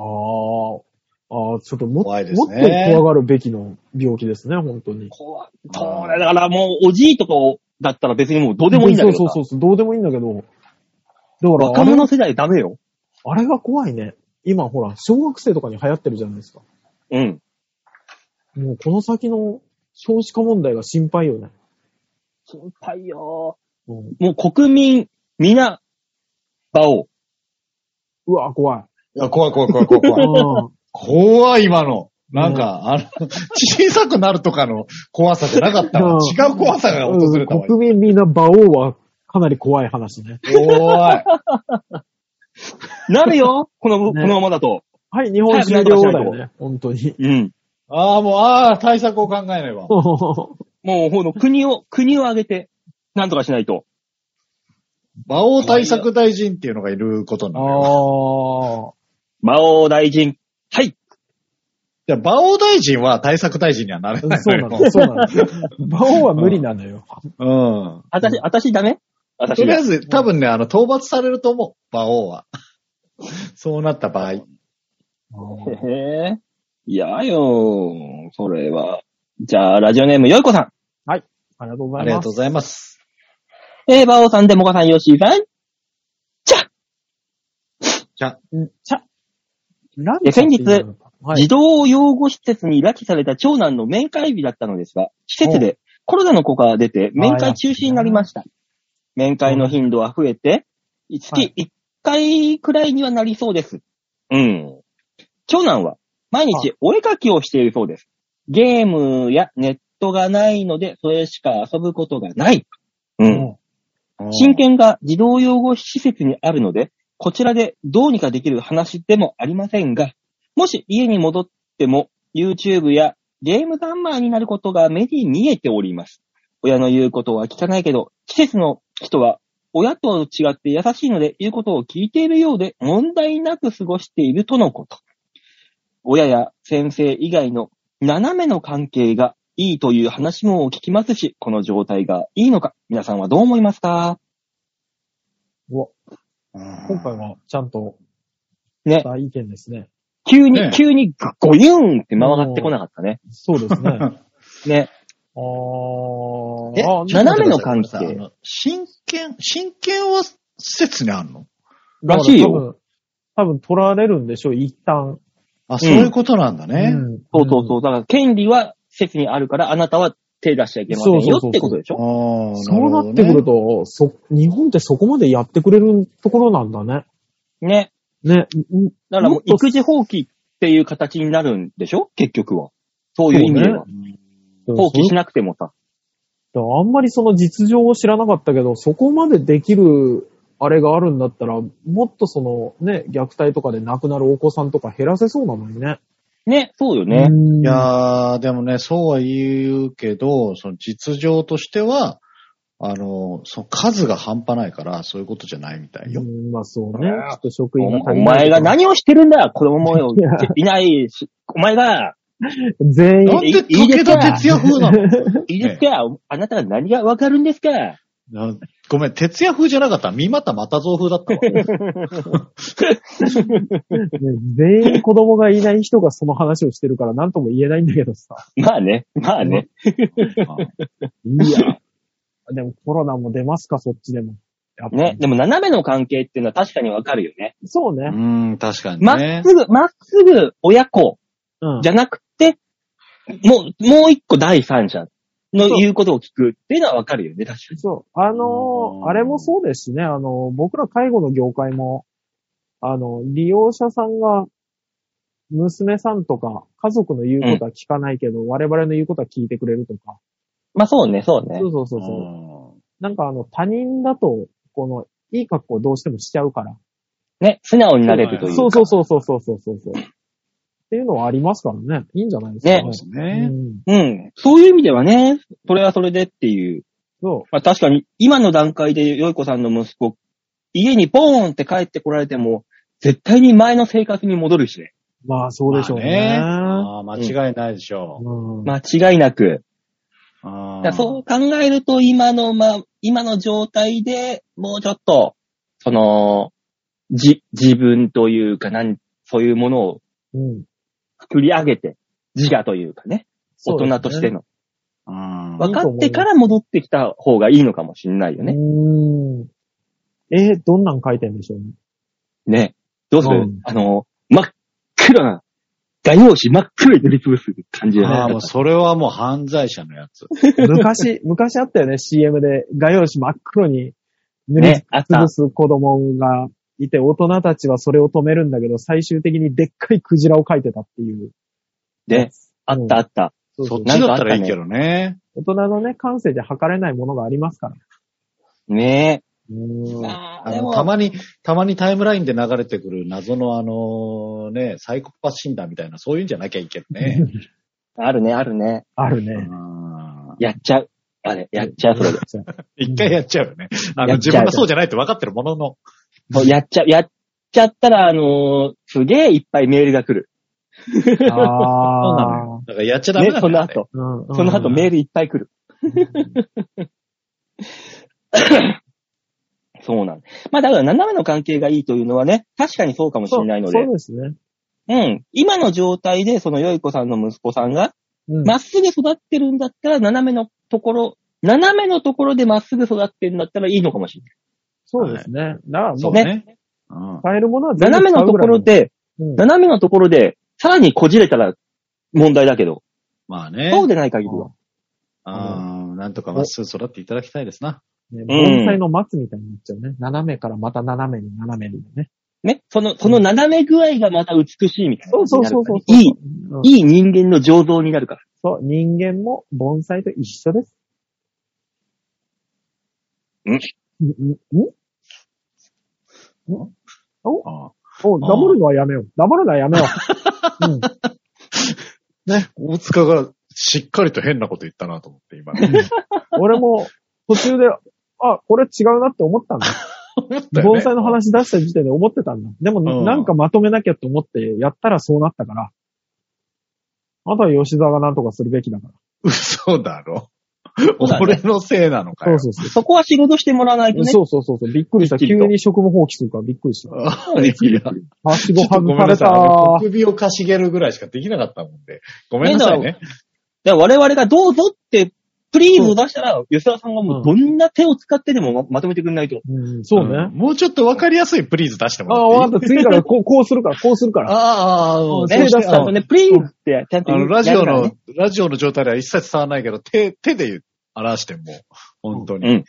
S3: あー。あー、ちょっとも,、
S4: 怖いです
S3: もっ
S4: ね
S3: と怖がるべきの病気ですね、本当に。
S2: 怖い。そうねだからもう、おじいとかだったら別にもうどうでもいいんだけどさ。
S3: そうそうそうそう、どうでもいいんだけど。だから、
S2: 若者世代ダメよ。
S3: あれが怖いね。今ほら、小学生とかに流行ってるじゃないですか。
S2: うん。
S3: もうこの先の少子化問題が心配よね。
S2: 心配よ。
S3: うん、
S2: もう国民、皆、場を。
S3: うわ、 怖い。
S4: いや、怖い怖い怖い怖い怖 い。
S3: うん
S4: 怖い、今の。なんか、あの、小さくなるとかの怖さじゃなかったわ。
S3: うん
S4: 違う怖さが訪れたわ。
S3: 国民みんな馬王はかなり怖い話ね。
S4: 怖い。
S2: なるよこの、
S3: ね
S2: このままだと。
S3: はい、日本終了だよね。本当 に。
S2: うん。
S4: ああ、もう、ああ、対策を考えねば。
S2: もう、ほの国を、国を挙げて、なんとかしないと。
S4: 馬王対策大臣っていうのがいることになる
S3: あ
S4: よ。
S2: 魔王大臣。はい。
S4: いや、馬王大臣は対策大臣にはなれな
S3: あ、
S4: い
S3: そうな
S4: よ。
S3: の、そう なの。馬王は無理なのよ。
S4: うん。
S2: 私、私ダメ私
S4: とりあ
S2: が
S4: え。ず、多分ね、あの、討伐されると思う。馬王は。 そうなった場合。
S2: へへーいやよそれは。じゃあ、ラジオネーム、よいこさん。
S3: ありがとうござ
S4: あ
S3: い
S4: りが
S3: ま
S4: と
S3: す
S4: う。ございます。
S2: えー、バオさん、デモカさん、ヨッシーさん。
S3: んちゃ、ラ
S2: え先日
S3: はい
S2: 児童養護施設に拉致された長男の面会日だったのですが、施設でコロナの子が出て面会中止になりました。面会の頻度は増えて、
S3: はい
S2: 月1回くらいにはなりそうです。うん。長男は毎日お絵かきをしているそうです。ゲームやネットがないので、それしか遊ぶことがない。うん。親権が児童養護施設にあるので、こちらでどうにかできる話でもありませんが、もし家に戻っても YouTube やゲームサンマーになることが目に見えております。親の言うことは聞かないけど、施設の人は親と違って優しいので言うことを聞いているようで問題なく過ごしているとのこと。親や先生以外の斜めの関係がいいという話も聞きますし、この状態がいいのか、皆さんはどう思いますか
S3: うわ今
S4: 今
S3: 回はちゃんと、
S2: ね
S3: 大意見ですね。
S2: 急に、
S4: ね
S2: 急にゴユーンって回ってこなかったね。
S3: そうですね。あ
S2: ね。え
S3: ーあ、
S2: 斜めの関係
S4: あの親権、親権は施設にあるの
S2: らしいよ。
S3: 多分。多分取られるんでしょう、一旦。
S4: あ、そういうことなんだね。
S3: うん
S2: そうそうそう。だから、権利は施設にあるから、あなたは手出しちゃいけません
S3: そうそう
S2: よ
S3: そうそう
S2: ってことでしょ
S4: ああ、
S3: そうなってくると、そ、日本ってそこまでやってくれるところなんだね。
S2: ね。
S3: ね。うん
S2: だからもう
S3: もっ、と
S2: 育児放棄っていう形になるんでしょ結局は。そういう意味では。放棄しなくてもさ。
S3: あんまりその実情を知らなかったけど、そこまでできる、あれがあるんだったら、もっとそのね、虐待とかで亡くなるお子さんとか減らせそうなのにね。
S2: ね、そうよ
S3: う
S2: ね。
S3: ん
S4: いやー、でもね、そうは言うけど、その実情としては、あの、その数が半端ないから、そういうことじゃないみたいよ。
S3: うんまあそうね。ちょっと職
S2: お
S3: 員が
S2: お
S3: 足りない
S2: 前が何をしてるんだ子供も
S3: いや
S2: いないし、お前が、
S3: 全員
S4: なんで
S2: いいいで
S4: 武
S2: す
S4: 田
S2: か
S4: 哲也風な の
S2: いいですか、あなたが何がわかるんですか
S4: なごめん、哲也風じゃなかった。三股又蔵風だったわ。
S3: ね全員子供がいない人がその話をしてるから何とも言えないんだけどさ。
S2: まあね、まあね。
S3: いや。 でもコロナも出ますか、そっちでも。やっ ぱ
S2: ね、。でも斜めの関係っていうのは確かにわかるよね。
S3: そうね。
S4: うん、確かに
S2: まっ
S4: ね。
S2: すぐ、まっすぐ親子
S3: うん
S2: じゃなくて、もう、もう一個第三者の言うことを聞くっていうのはわかるよね、確かに。
S3: そう。あの
S4: う
S3: ー
S4: ん
S3: あれもそうですしね、あのー僕ら介護の業界も、あの、利用者さんが、娘さんとか、家族の言うことは聞かないけど、我々の言うことは聞いてくれるとか。
S2: まあそうね、そうね
S3: そ。うそうそううそう。
S4: ん
S3: なんかあの、他人だと、この、いい格好をどうしてもしちゃうから。
S2: ね、素直になれるというか。
S3: そうそうそうそうそうそうそうそう。っていうのはありますからね。いいんじゃないですか、
S2: ね
S4: そうです
S3: う
S4: ね。
S3: ん。
S2: うん。そういう意味ではね、それはそれでっていう。
S3: そ
S2: まあ確かに、今の段階で、よいこさんの息子、家にポーンって帰ってこられても、絶対に前の生活に戻るしね。
S3: う。まあ、そうでしょうね。
S4: まあねあー間違いないでしょ
S3: うん
S2: 間違いなく。
S4: う。
S2: だ
S4: あー
S2: からそう考えると、今の、まあ、今の状態でもうちょっと、その、じ、自分というか、なん、そういうものを
S3: うん。
S2: 作り上げて、自我というかね、大人としての。
S4: うん
S2: 分かってから戻ってきた方がいいのかもしれないよね。
S3: うーん。えーどんなん書いてんでしょうね。
S2: ね。どうする、
S3: うん
S2: あの、真っ黒な、画用紙真っ黒に塗りつぶす感じでね。
S4: ああ、もうそれはもう犯罪者のやつ。
S3: 昔、 昔あったよね、CM で。画用紙真っ黒に塗り
S2: ね、あっ
S3: つ
S2: た
S3: ぶ。す子供がいて、大人たちはそれを止めるんだけど、最終的にでっかいクジラを描いてたっていう。
S2: で、あったあった。
S3: そうそ
S4: そっ
S3: う
S4: ちだったらいいけどね。
S3: 大人のね、感性で測れないものがありますから。
S2: ね
S3: うーん
S2: え。
S4: あの、たまに、たまにタイムラインで流れてくる謎のあの、ね、サイコパス診断みたいな、そういうんじゃなきゃいけんね。
S2: あるね、あるね。
S3: ある
S4: う
S3: ね。
S4: ん
S2: やっちゃう。あれ、やっちゃう、それ で。
S4: 一回やっちゃうよね。あの、
S2: やっちゃ
S4: 自
S2: う
S4: 分がそうじゃないって分かってるものの。
S2: そうやっちゃう、やっちゃったら、あのーすげえいっぱいメールが来る。
S4: そうな
S3: あ
S4: の
S3: あ。
S4: だからやっちゃダメ
S2: ね、
S4: だ
S2: その
S4: からね
S2: 後。
S3: うんうん
S2: その後メールいっぱい来る。そうなん。まあだから斜めの関係がいいというのはね、確かにそうかもしれないので
S3: そう。そうですね。
S2: うん。今の状態で、そのよい子さんの息子さんが、
S3: うん
S2: まっすぐ育ってるんだったら、斜めのところ、斜めのところでまっすぐ育ってるんだったらいいのかもしれない。
S3: そうですね。だからも
S4: そうう、ね。うん
S3: 買えるものは全部
S2: 斜めのところで、
S3: 使うぐらいの、
S2: 斜めのところで、さらにこじれたら問題だけど、
S4: まあね。
S2: そうでない限りは。
S4: うんなんとかまっすぐ育っていただきたいですな。
S3: うんね
S2: うん
S3: 盆栽の松みたいになっちゃうね。斜めからまた斜めに斜めにね。
S2: ね。その、その斜め具合がまた美しいみたいな
S3: そ
S2: 感
S3: う
S2: じ
S3: そ
S2: に
S3: う
S2: なるか
S3: そうそ
S2: らね。
S3: うそう
S2: いい、
S3: うん
S2: いい人間の醸造になるから。
S3: そう、人間も盆栽と一緒です。
S2: ん
S3: んんん
S4: あ
S3: お、ダブるのはやめよう。ダブるのはやめよ う。うん
S4: あ大塚がしっかりと変なこと言ったなと思って、今。
S3: 俺も途中で、あ、これ違うなって思ったんだ。盆栽の話出した時点で思ってたんだ。でも、
S4: うん
S3: なんかまとめなきゃと思ってやったらそうなったから。あとは吉沢がなんとかするべきだか。
S4: 嘘だろ。
S2: うだね
S4: 俺のせいなのからよ。
S3: そうそうそ
S2: そこは仕事してもらわないと
S3: う。
S2: ね。
S3: そうそうそうそう。びっくりした。
S2: きっち
S3: 急
S2: りと
S3: に職務放棄するからびっくりした。
S4: あいや
S3: はし
S4: ち
S3: ご
S4: ょっとご
S3: 外さ
S4: めんな
S3: れ
S4: さ
S3: た
S4: い。あの首をかしげるぐらいしかできなかったもんで。ごめんなさいね。
S2: で我々がどうぞって、プリーズを出したら、吉沢さんがもうどんな手を使ってでもままとめてくれないと。
S3: うん、そうね。
S4: んもうちょっとわかりやすいプリーズ出しても
S3: ああ、
S4: らっていい
S3: わかった。次からこう、こうするから、こうするから。
S4: ああ、ああ、
S3: うん
S4: あ
S2: ね、
S3: そ
S4: あ
S2: 出
S3: う
S2: し
S3: だ
S2: た後ね、プリーズってちゃんと
S4: あ
S2: 言
S4: の、
S2: う
S4: ラジオの、
S2: やるか
S4: ラジオの状態では一切伝わらないけど、手、手で言う表しても、本当に。
S2: うんらね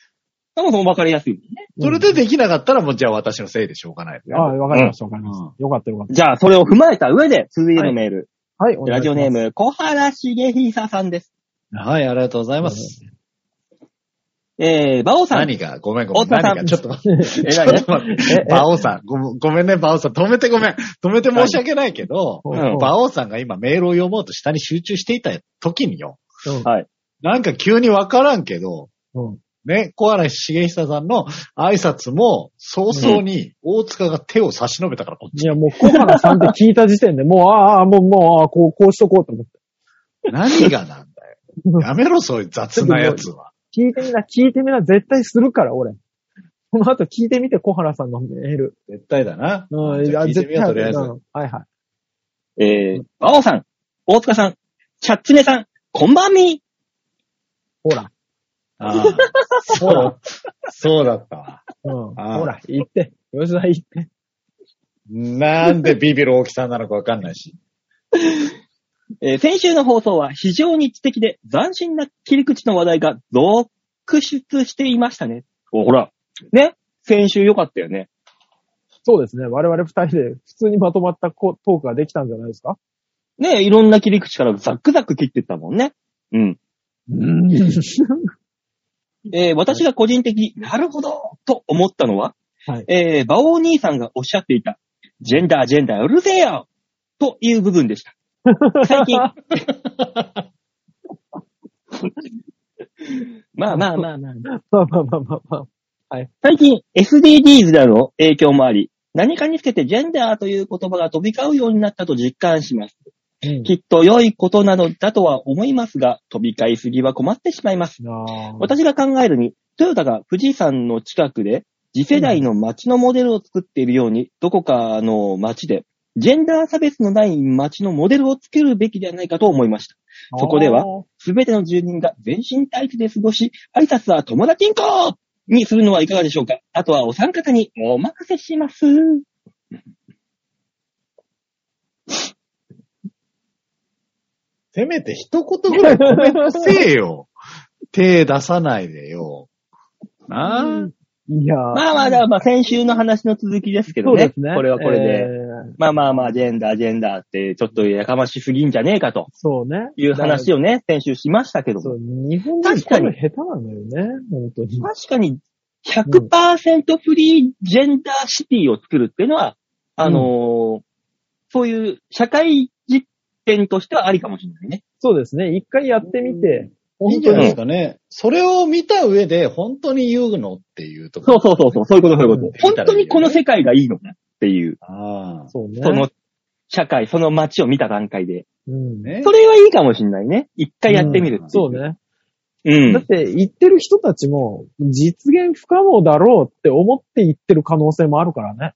S2: そもそも分かりやすい。
S4: それでできなかったら、もうじゃあ私のせいでしょうがない。
S3: ああ、わかりました、わかりました。よかった、よかっ
S2: じゃあ、それを踏まえた上で、続いてのメール。
S3: た。はい、お願
S2: ラ
S3: いし
S2: ジオ
S3: ま
S2: ネ
S3: す
S2: ー。ム、小原茂久さんです。
S4: はい、ありがとうございます。
S2: えー、バオさん。
S4: 何がごめんごめん。
S2: 太田さ
S4: 何
S2: ん
S4: がちょっと。
S2: え
S4: ちょっと待って、バオさんごめん、ごめんね、バオさん。止めてごめん。止めて申し訳ないけど、
S2: うん
S4: バオさんが今メールを読もうと下に集中していた時によ。
S2: はい。
S4: なんか急にわからんけど、
S3: うん
S4: ね、小原茂久さんの挨拶も早々に大塚が手を差し伸べたから、こっ
S3: いや、もう小原さんって聞いた時点で、もう、ああ、もう、もう、ああこう、こうしとこうと思って。
S4: ち何がなんだ よ。やめろ、そういう雑なやつは。
S3: 聞いてみな、聞いてみな、絶対するから、俺。この後聞いてみて、小原さんのメール。
S4: 絶対だな。
S3: うん、
S4: じゃあ聞いてみよう、とりあえず
S3: う。んはいはい。
S2: えー、バオさん、大塚さん、チャッツネさん、こんばんみ。
S3: ほら。
S4: ああそう、そうだったわ。
S3: うん。
S4: あ
S3: ほら、言って。吉田言って。
S4: なんでビビる大きさなのかわかんないし。
S2: えー先週の放送は非常に知的で斬新な切り口の話題が続出していましたね。お、ほら。ね先週良かったよね。
S3: そうですね。我々二人で普通にまとまったこトークができたんじゃないですか
S2: ねいろんな切り口からザックザック切ってったもんね。うん。
S3: うん。
S2: えー私が個人的になるほどと思ったのは、
S3: はい
S2: えー、馬王兄さんがおっしゃっていた、ジェンダー、ジェンダー、うるせえよという部分でした。最 近。まあまあまあまあ。
S3: まあまあまあまあまあ。
S2: 最近 SDGs などの影響もあり、何かにつけてジェンダーという言葉が飛び交うようになったと実感します。
S3: うん
S2: きっと良いことなのだとは思いますが、飛び交いすぎは困ってしまいます。
S3: あー
S2: 私が考えるに、トヨタが富士山の近くで次世代の街のモデルを作っているように、どこかの街で、ジェンダー差別のない街のモデルを作るべきではないかと思いました。そこではすべての住人が全身タイツで過ごし、挨拶は友達んこにするのはいかがでしょうかあとはお三方にお任せします。
S4: せめて一言ぐらいコメントせえよ。手出さないでよ。なあ。
S3: いやー
S2: まあまあ、だからまあ先週の話の続きですけど
S3: そう
S2: ね。
S3: ですね。
S2: これはこれで。
S3: えー
S2: まあまあまあ、ジェンダー、ジェンダーって、ちょっとやかましすぎんじゃねえかと
S3: そうね。
S2: いう話をね、先週しましたけども
S3: そう、日本人下手なのよね、本当に。
S2: 確かに100%フリージェンダーシティを作るっていうのは、あのーそういう社会実験としてはありかもしれないね。
S3: そうですね。一回やってみて、
S4: いい
S3: 本
S4: んじゃ
S3: 当
S4: ないで
S3: に
S4: すかね。それを見た上で本当に言うのっていうとこ
S2: そ
S4: ろ。
S2: うそうそうそう、そういうこと、そういうこと。
S4: うん
S2: 本当にこの世界がいいのかっていう、
S4: ああ。
S3: そうね。
S2: その社会、その街を見た段階で。
S3: うん
S4: ね
S2: そ。れはいいかもしれないね。一回やってみるってい
S3: そう。ね。
S2: うん。
S3: だって言ってる人たちも実現不可能だろうって思って言ってる可能性もあるからね。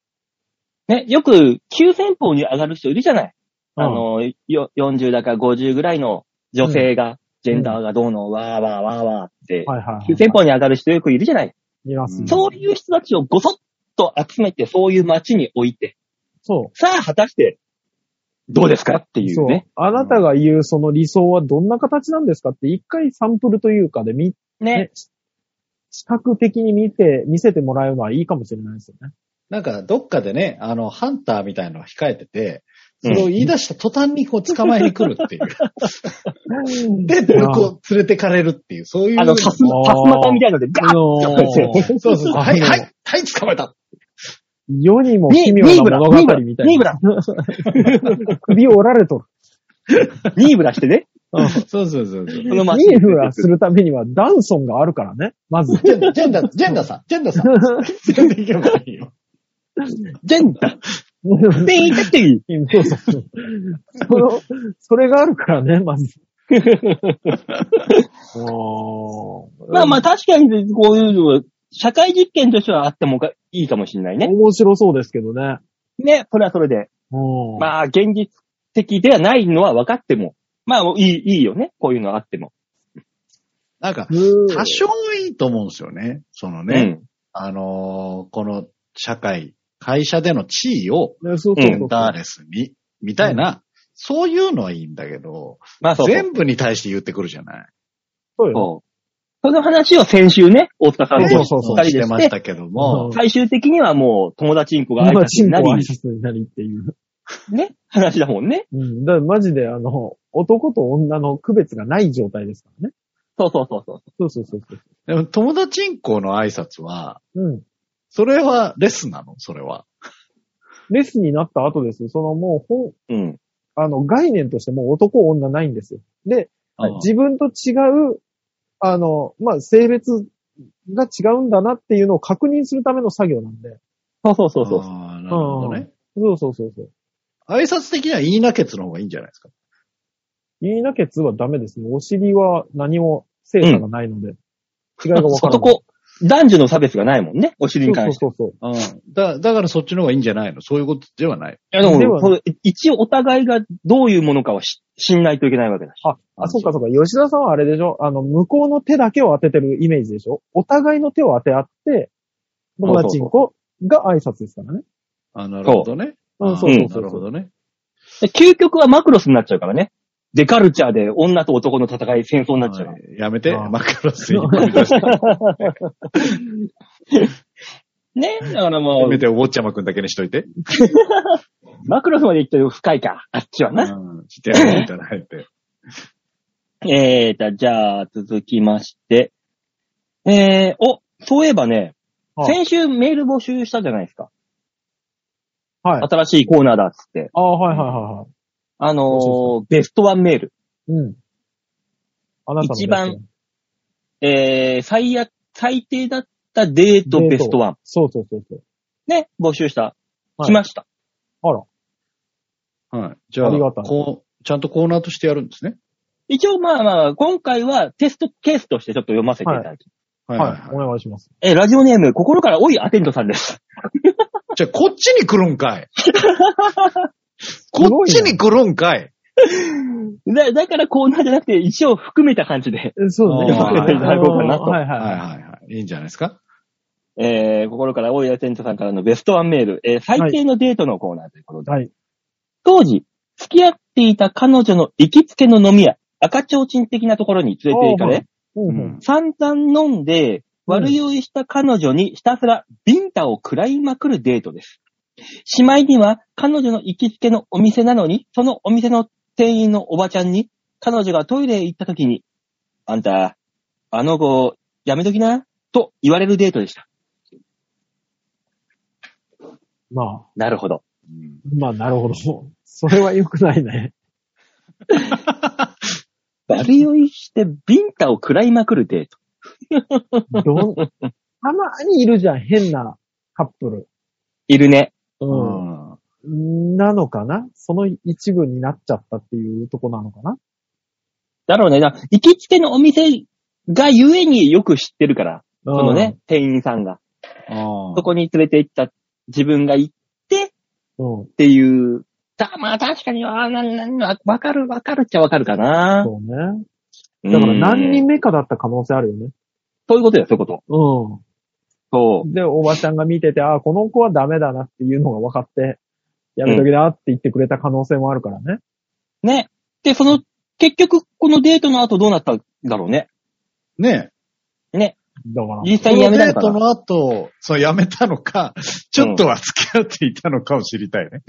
S2: ね、よく、急先鋒に上がる人いるじゃない。
S3: うん
S2: あの、よ40だか50ぐらいの女性が、ジェンダーがどうの、わーわーわーわーって、
S3: はいはい
S2: 急先鋒に上がる人よくいるじゃない。
S3: います
S4: うん。
S2: そういう人たちをごそっと集めて、そういう街に置いて、
S3: そ
S2: さあ、果たして、どうですかって
S3: う。
S2: い
S3: そうう
S2: ね。。
S3: あなたが言うその理想はどんな形なんですかって一回サンプルというかで見、
S2: ね
S3: ね。視覚的に見て、見せてもらうのはいいかもしれないですよね。
S4: なんか、どっかでね、あの、ハンターみたいなのが控えてて、それを言い出した途端にこう捕まえに来るっていう。で、どこう連れてかれるっていう、そういう。
S2: あの、パス、
S4: そう
S2: パス股みたいなので、ガーッ
S3: の
S4: そうそうそう。はい、は
S3: あ
S4: い、はい、捕まえた。
S3: 世にも
S2: ニ
S3: 奇
S2: ー
S3: 妙
S2: ニーブ
S3: な
S2: ラ、
S3: 物
S2: ニーブ
S3: 語
S2: ラ、
S3: みたい
S2: ニーブ
S3: な。
S2: ラ、
S3: 首を折られとる。
S2: ニーブラして ね。
S4: そうそうそうそう。
S2: この街
S3: ニーブラするためにはダンソンがあるからね。まず。
S4: ジェンダ、ジェンダ、ジェンダさん、ジェンダさん。連れて行けばいいよ。
S2: ジェンダー。って言いたくていい。
S3: そうそうそう。その、それがあるからね、まず。
S2: まあまあ確かにこういうのは、社会実験としてはあってもかいいかもしれないね。
S3: 面白そうですけどね。
S2: ね、それはそれで。
S3: うん
S2: まあ現実的ではないのは分かっても、まあいい、いいよね。こういうのあっても。
S4: なんか、
S3: うん
S4: 多少いいと思うんですよね。そのね、あのーこの社会、会社での地位を
S3: ねそ
S2: う
S3: うそうそ
S2: ん
S4: セン
S3: う。
S4: ターレスに、みたいな、そういうのはいいんだけど、
S2: まあそうそう。
S4: 全部に対して言ってくるじゃない。
S3: そうよ
S2: そうその話を先週ね、大塚さんと
S3: そうそうそう
S2: 二人
S4: し
S2: で
S4: て
S2: し、
S4: ましてたけども、
S2: 最終的にはもう友達インコが挨
S3: 今、
S2: 拶
S3: チ
S2: に
S3: ンコ
S2: な
S3: 挨
S2: り、
S3: 拶になりっていう。
S2: ね、話だもんね。
S3: うん。だからマジで、あの、男と女の区別がない状態ですからね。
S2: そうそうそうそう。
S3: そうそうそうそう。
S4: でも友達んこの挨拶は、
S3: うん。
S4: それはレスなのそれは。
S3: レスになった後ですよ。そのもう、ほ
S2: う
S3: ん、
S2: ん。
S3: あの、概念としてもう男女ないんですよ。で、自分と違う、あの、まあ、性別が違うんだなっていうのを確認するための作業なんで。
S2: そうそうそう
S4: そ
S2: そうう。
S4: なるほどね。
S3: そうそうそうそう。
S4: 挨拶的には言いなけつの方がいいんじゃないですか。
S3: 言いなけつはダメですね。お尻は何も精査がないので。違いがわからない。
S2: 男、男女の差別がないもんね、お尻に
S3: そ
S2: 関
S3: う
S2: して。
S3: そうそう。
S4: うん。だ、だからそっちの方がいいんじゃないのそういうことではない。
S2: いやでも
S3: では
S2: その一応お互いがどういうものかはし知んないといけないわけだし。
S3: あ、あ、そうかそうか。吉田さんはあれでしょあの、向こうの手だけを当ててるイメージでしょお互いの手を当て合って、友達んこが挨拶ですからね。
S4: あ、なるほどね。
S3: うん、
S4: あ
S3: そうそうそうそう。
S4: なるほどね。
S2: で究極はマクロスになっちゃうからね。デカルチャーで女と男の戦い、戦争になっちゃうから。
S4: はいやめて、
S3: あー
S4: マクロスに飛び出して。
S2: ねだからも
S4: や
S2: う
S4: め、て、お坊ちゃまくんだけにしといて。
S2: マクロスまで行ってる深いか。あっちは
S4: う
S2: な。
S4: ん。してやるみたいな入って。
S2: えーと、じゃあ、続きまして。えー、お、そういえばね、
S3: はい
S2: 先週メール募集したじゃないですか。
S3: はい。
S2: 新しいコーナーだっつって。
S3: ああ、はいはいはいはい。
S2: あの
S3: 募
S2: ー、ベストワンメール。
S3: うん。あなたの
S2: 一番。えー、最悪、最低だったデート
S3: デート
S2: ベストワン。
S3: そうそうそうそう。
S2: ね、募集した。
S3: はい
S2: 来ました。
S3: あら、
S4: はい。じゃあ、
S3: ありがたい
S4: こう、ちゃんとコーナーとしてやるんですね。
S2: 一応まあまあ、今回はテストケースとしてちょっと読ませていただきます。
S4: はいはい
S3: はい、
S4: は
S3: お願いします。
S2: えー、ラジオネーム、心から多いアテンドさんです。
S4: い。じゃあ、こっちに来るんかい。こっちに来るんかい。
S2: だ、だからコーナーじゃなくて、一応含めた感じで。
S3: えそうですね。
S4: あー
S3: あの
S4: いた
S2: だこうかなと
S3: はいはい
S4: はい
S3: はい。
S4: はいはい。いいんじゃないですか。
S2: えー、心から多いアテンドさんからのベストワンメール、えー、最低のデートのコーナーということで。
S3: はい
S2: 当時、付き合っていた彼女の行きつけの飲み屋、赤ちょうちん的なところに連れて行かれ、
S3: うんうん
S4: うん
S2: 散々飲んで、悪酔いした彼女にひたすらビンタを食らいまくるデートです。しまいには、彼女の行きつけのお店なのに、そのお店の店員のおばちゃんに、彼女がトイレへ行った時に、あんた、あの子、やめときな、と言われるデートでした。
S3: ま
S2: なるほど。
S4: うん
S3: あ、まあ、なるほど。それは良くないね。
S2: 悪酔いしてビンタを食らいまくるデート。
S3: どん、たまにいるじゃん、変なカップル。
S2: いるね。
S3: う
S4: うん
S3: ん。なのかなその一部になっちゃったっていうとこなのかな
S2: だろうね。だ行きつけのお店がゆえによく知ってるから、
S3: そ
S2: そのね、。店員さんが。
S4: あ
S2: そこに連れて行った自分が行ってっ
S3: うん。うん
S2: ていう。だまあ確かに、ああ、なん、なん、わわかる、わかるっちゃわかるかな。
S3: そうね。
S2: だ
S3: だから何人目かだった可能性あるよね。
S2: そういうことだよ、そういうこと。
S3: う
S2: そ
S3: ん。
S2: う。
S3: で、おばちゃんが見てて、ああ、この子はダメだなっていうのが分かって、やめときなって言ってくれた可能性もあるからね。
S2: ね。で、その、結局、このデートの後どうなったんだろうね。
S4: ね
S2: ね。
S3: だから、
S2: 実
S4: え。
S2: 際にやめたの
S4: こ
S2: か
S4: のデート
S2: な。
S4: の後、そう、やめたのか、ちょっとは付き合っていたのかを知りたいね。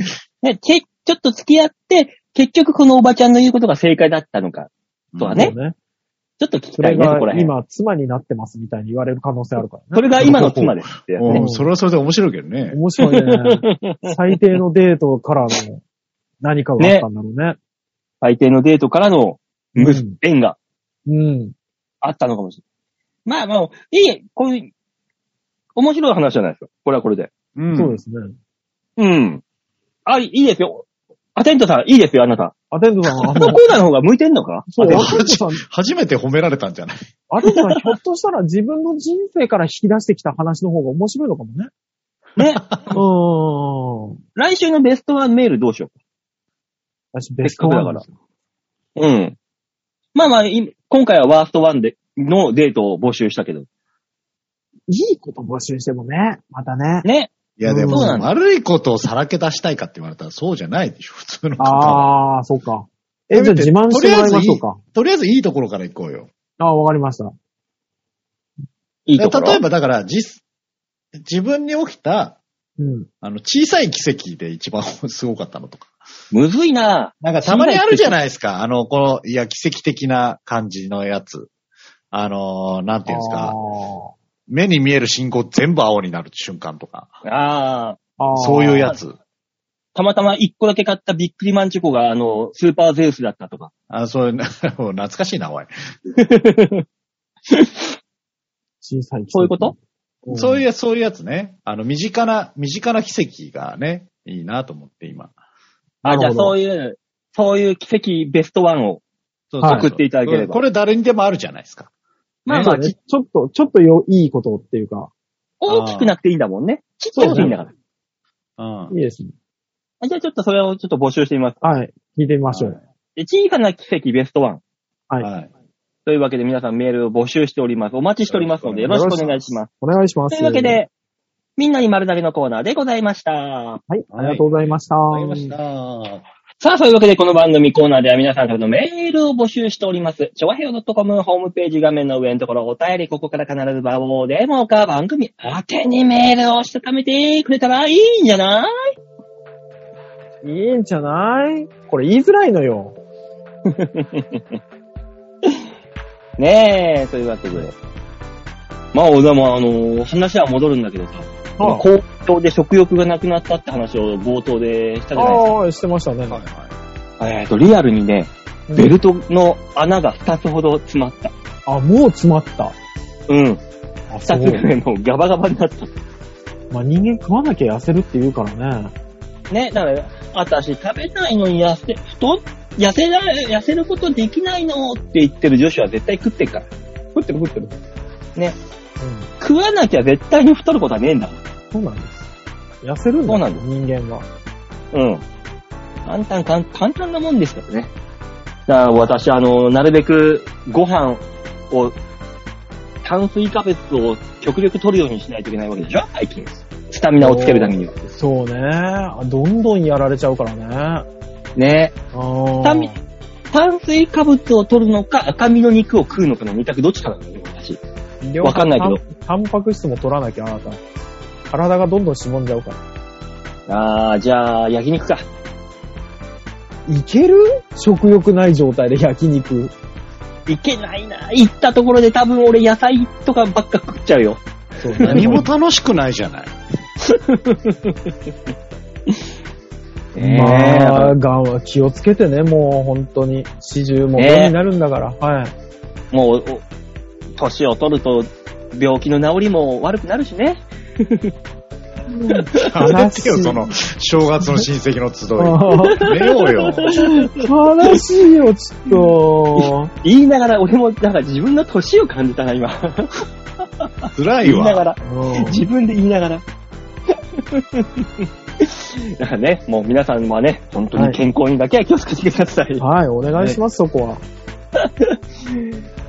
S2: ね、ち、ちょっと付き合って、結局このおばちゃんの言うことが正解だったのか。そうだね
S3: そうね。
S2: ちょっと聞き
S3: そ
S2: た
S3: れ
S2: いね、そこ
S3: が
S2: ら辺。
S3: 今、妻になってますみたいに言われる可能性あるから
S2: そ
S3: ね。
S2: れが今の妻ですってやつ
S4: う
S2: ね。
S4: んそれはそれで面白いけどね。
S3: 面白 いね。最低のデートからの何かがあったんだろうね。
S2: 最低のデートからの無縁が
S3: うん。
S2: あったのかもしれない。まあまあ、いい、こういう、面白い話じゃないですか。これはこれで。
S4: うん
S3: そうですね。
S2: うん。あ、いいですよ。アテントさん、いいですよ、あなた。
S3: アテンドさんは、あ
S2: この
S3: の
S2: コーナーの方が向いてんのか
S3: そう、
S4: あ
S3: ア
S4: でも
S3: テンドさん、
S4: 初めて褒められたんじゃない
S3: アテンドさん、ひょっとしたら自分の人生から引き出してきた話の方が面白いのかもね。
S2: ね。
S3: うーん。
S2: 来週のベストワンメールどうしよ
S3: 私、ベストワンですよ
S2: うか。うん。まあまあ、い今回はワーストワンで、のデートを募集したけど。
S3: いいこと募集してもね、またね。
S2: ね。
S4: いや、でも、
S2: そうなんだ
S4: 悪いことをさらけ出したいかって言われたらそうじゃないでしょ、普通の方は。
S3: ああ、そうか。え、じゃあ
S4: だって
S3: 自慢してもらいましょうか。
S4: とりあえずいいところから行こうよ。
S3: ああ、わかりました。
S2: いいところ。
S4: 例えばだから、実、自分に起きた、
S3: うん。
S4: あの、小さい奇跡で一番すごかったのとか。
S2: むずいな
S4: なんかたまにあるじゃないですか。あの、この、いや、奇跡的な感じのやつ。あのーなんていうんですか、目に見える信号全部青になる瞬間とか、
S2: ああ、
S4: そういうやつ。
S2: たまたま一個だけ買ったビックリマンチョコが、あの、スーパーゼウスだったとか。
S4: あ、そういう、もう 懐かしいな、おい。
S3: 小さい。
S2: そういうこと
S4: そういう、そういうやつね。あの、身近な、身近な奇跡がね、いいなと思って今。
S2: あ、じゃあ
S3: なるほど
S2: そういう、そういう奇跡ベストワンを。
S4: そう
S3: はい
S2: 送っていただければ
S4: これ誰にでもあるじゃないですか。
S2: まあ
S3: そ
S2: ま
S3: う
S2: あ、
S3: ね
S2: ち
S3: ちょっと、ちょっとよいいことっていうか、
S2: 大きくなくていいんだもんね。ちっちゃくていいんだから。
S4: うん
S3: い。いですね。
S2: あじゃあちょっとそれをちょっと募集してみます。
S3: はい。聞いてみましょう。
S2: で小さな奇跡ベストワン。
S3: はい
S4: はい。
S2: というわけで皆さんメールを募集しております。お待ちしておりますのでよろしくお願いします。
S3: お願いします。
S2: というわけ、で、みんなに丸投げのコーナーでございました。
S3: はい、ありがとうございました。
S4: わかりました。
S2: さあ、そういうわけでこの番組コーナーでは皆さんからのメールを募集しております。ちょわへよ .com ホームページ画面の上のところお便り、ここから必ず場をデモか番組宛てにメールをしたためてくれたらいいんじゃない
S3: いいんじゃないこれ言いづらいのよ。
S2: ねえ、というわけで。まあ、俺はまあ、あの、話は戻るんだけどさ、
S3: あ
S2: 高騰で食欲がなくなったって話を冒頭でしたじゃないですか。
S3: ああ、してましたね。
S4: はいは
S2: えっと、リアルにね、
S3: うん
S2: ベルトの穴が2つほど詰まった。
S3: あ、もう詰まった。
S2: うん。
S3: あ、そ
S2: 2
S3: う
S2: つ。ね、もうガバガバになった。
S3: まあ人間食わなきゃ痩せるって言うからね。
S2: ね、だから、私食べないのに痩せ、太っ、痩せられ、痩せることできないのって言ってる女子は絶対食ってっから。
S3: 食ってる食ってる。
S2: ね。
S3: う
S2: 食わなきゃ絶対に太ることはねえんだか
S3: ん。そうなんです。痩せるんだよ
S2: そうなんです
S3: 人間は。
S2: ら。うん。簡単、簡簡単なもんですからね。だから私、あの、なるべくご飯を、炭水化物を極力取るようにしないといけないわけでしょ最近。スタミナをつけるためには。
S3: そうね。あどんどんやられちゃうからね。
S2: ね。
S3: あー
S2: ダメ炭水化物を取るのか、赤身の肉を食うのかの二択どっちかなんだよね、私。
S3: 両方
S2: わかんないけど
S3: タンタンパク質も取らなきゃ、あなた。体がどんどんしぼんじゃうから。
S2: あー、じゃあ、焼肉か。
S3: いける食欲ない状態で焼肉。
S2: いけないな。行ったところで多分俺野菜とかばっか食っちゃうよ。
S3: そう ね
S4: 何も楽しくないじゃない。
S3: まあ、がんは気をつけてね、もう本当に。四十も5になるんだから。はい。
S2: もう、お年を取ると病気の治りも悪くなるしね。
S4: やめてよ、
S3: 悲しい
S4: その、正月の親戚の集 い。
S3: あー
S4: 寝ようよ。
S3: 悲しいよ、ち ょっと。
S2: 言いながら俺もなんか自分の年を感じたな、今。
S4: 辛い
S2: 言いなが
S4: わ。
S2: ら。自分で言いながら。 だからね、もう皆さんはね、本当に健康にだけは気をつけてください。
S3: はい、お願いします、そこは。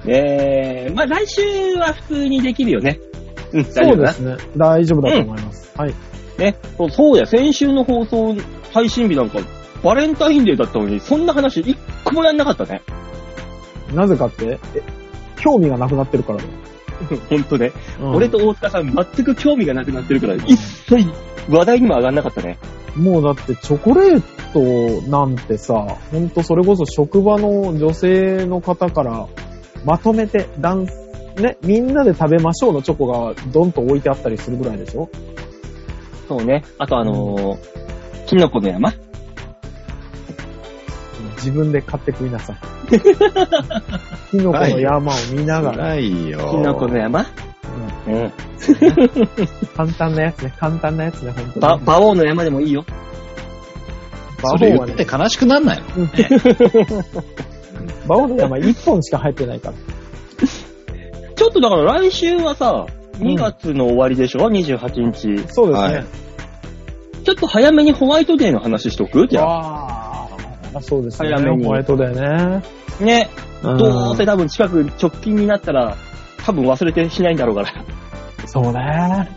S2: ねえ、まあ来週は普通にできるよね。うん、大丈
S3: そう
S2: 夫
S3: で
S2: だ
S3: すね。大丈夫だと思います。はい。
S2: ね。そうそうや、先週の放送、配信日なんか、バレンタインデーだったのに、そんな話一個もやんなかったね。
S3: なぜかって、え興味がなくなってるからだよ。
S2: ほんとね。
S3: うん
S2: 俺と大塚さん全く興味がなくなってるから、一切話題にも上がんなかったね。
S3: もうだってチョコレートなんてさ、ほんとそれこそ職場の女性の方からまとめて男、ね、みんなで食べましょうのチョコがドンと置いてあったりするぐらいでしょ
S2: そうね。あとあのー、キノコの山
S3: 自分で買って食いなさい。キノコの山を見ながら、
S4: 辛いよ。
S2: キノコの山うん。
S3: 簡単なやつね、簡単なやつね、ほんと
S2: ば、
S3: に。
S2: 馬王の山でもいいよ。
S4: それ言って悲しくなんないの
S3: バオの山1本しか入ってないから。
S2: ちょっとだから来週はさ、
S3: うん
S2: 2月の終わりでしょ、?28 日。
S3: そうです
S4: は
S3: ね
S4: い。
S2: ちょっと早めにホワイトデーの話しとくじゃあ。
S3: あーそうですね。
S2: 早めに
S3: ホワイトだよね。
S2: ね。
S3: うん
S2: どうせ多分近く直近になったら、多分忘れてしないんだろうから。
S3: そうね。
S4: あ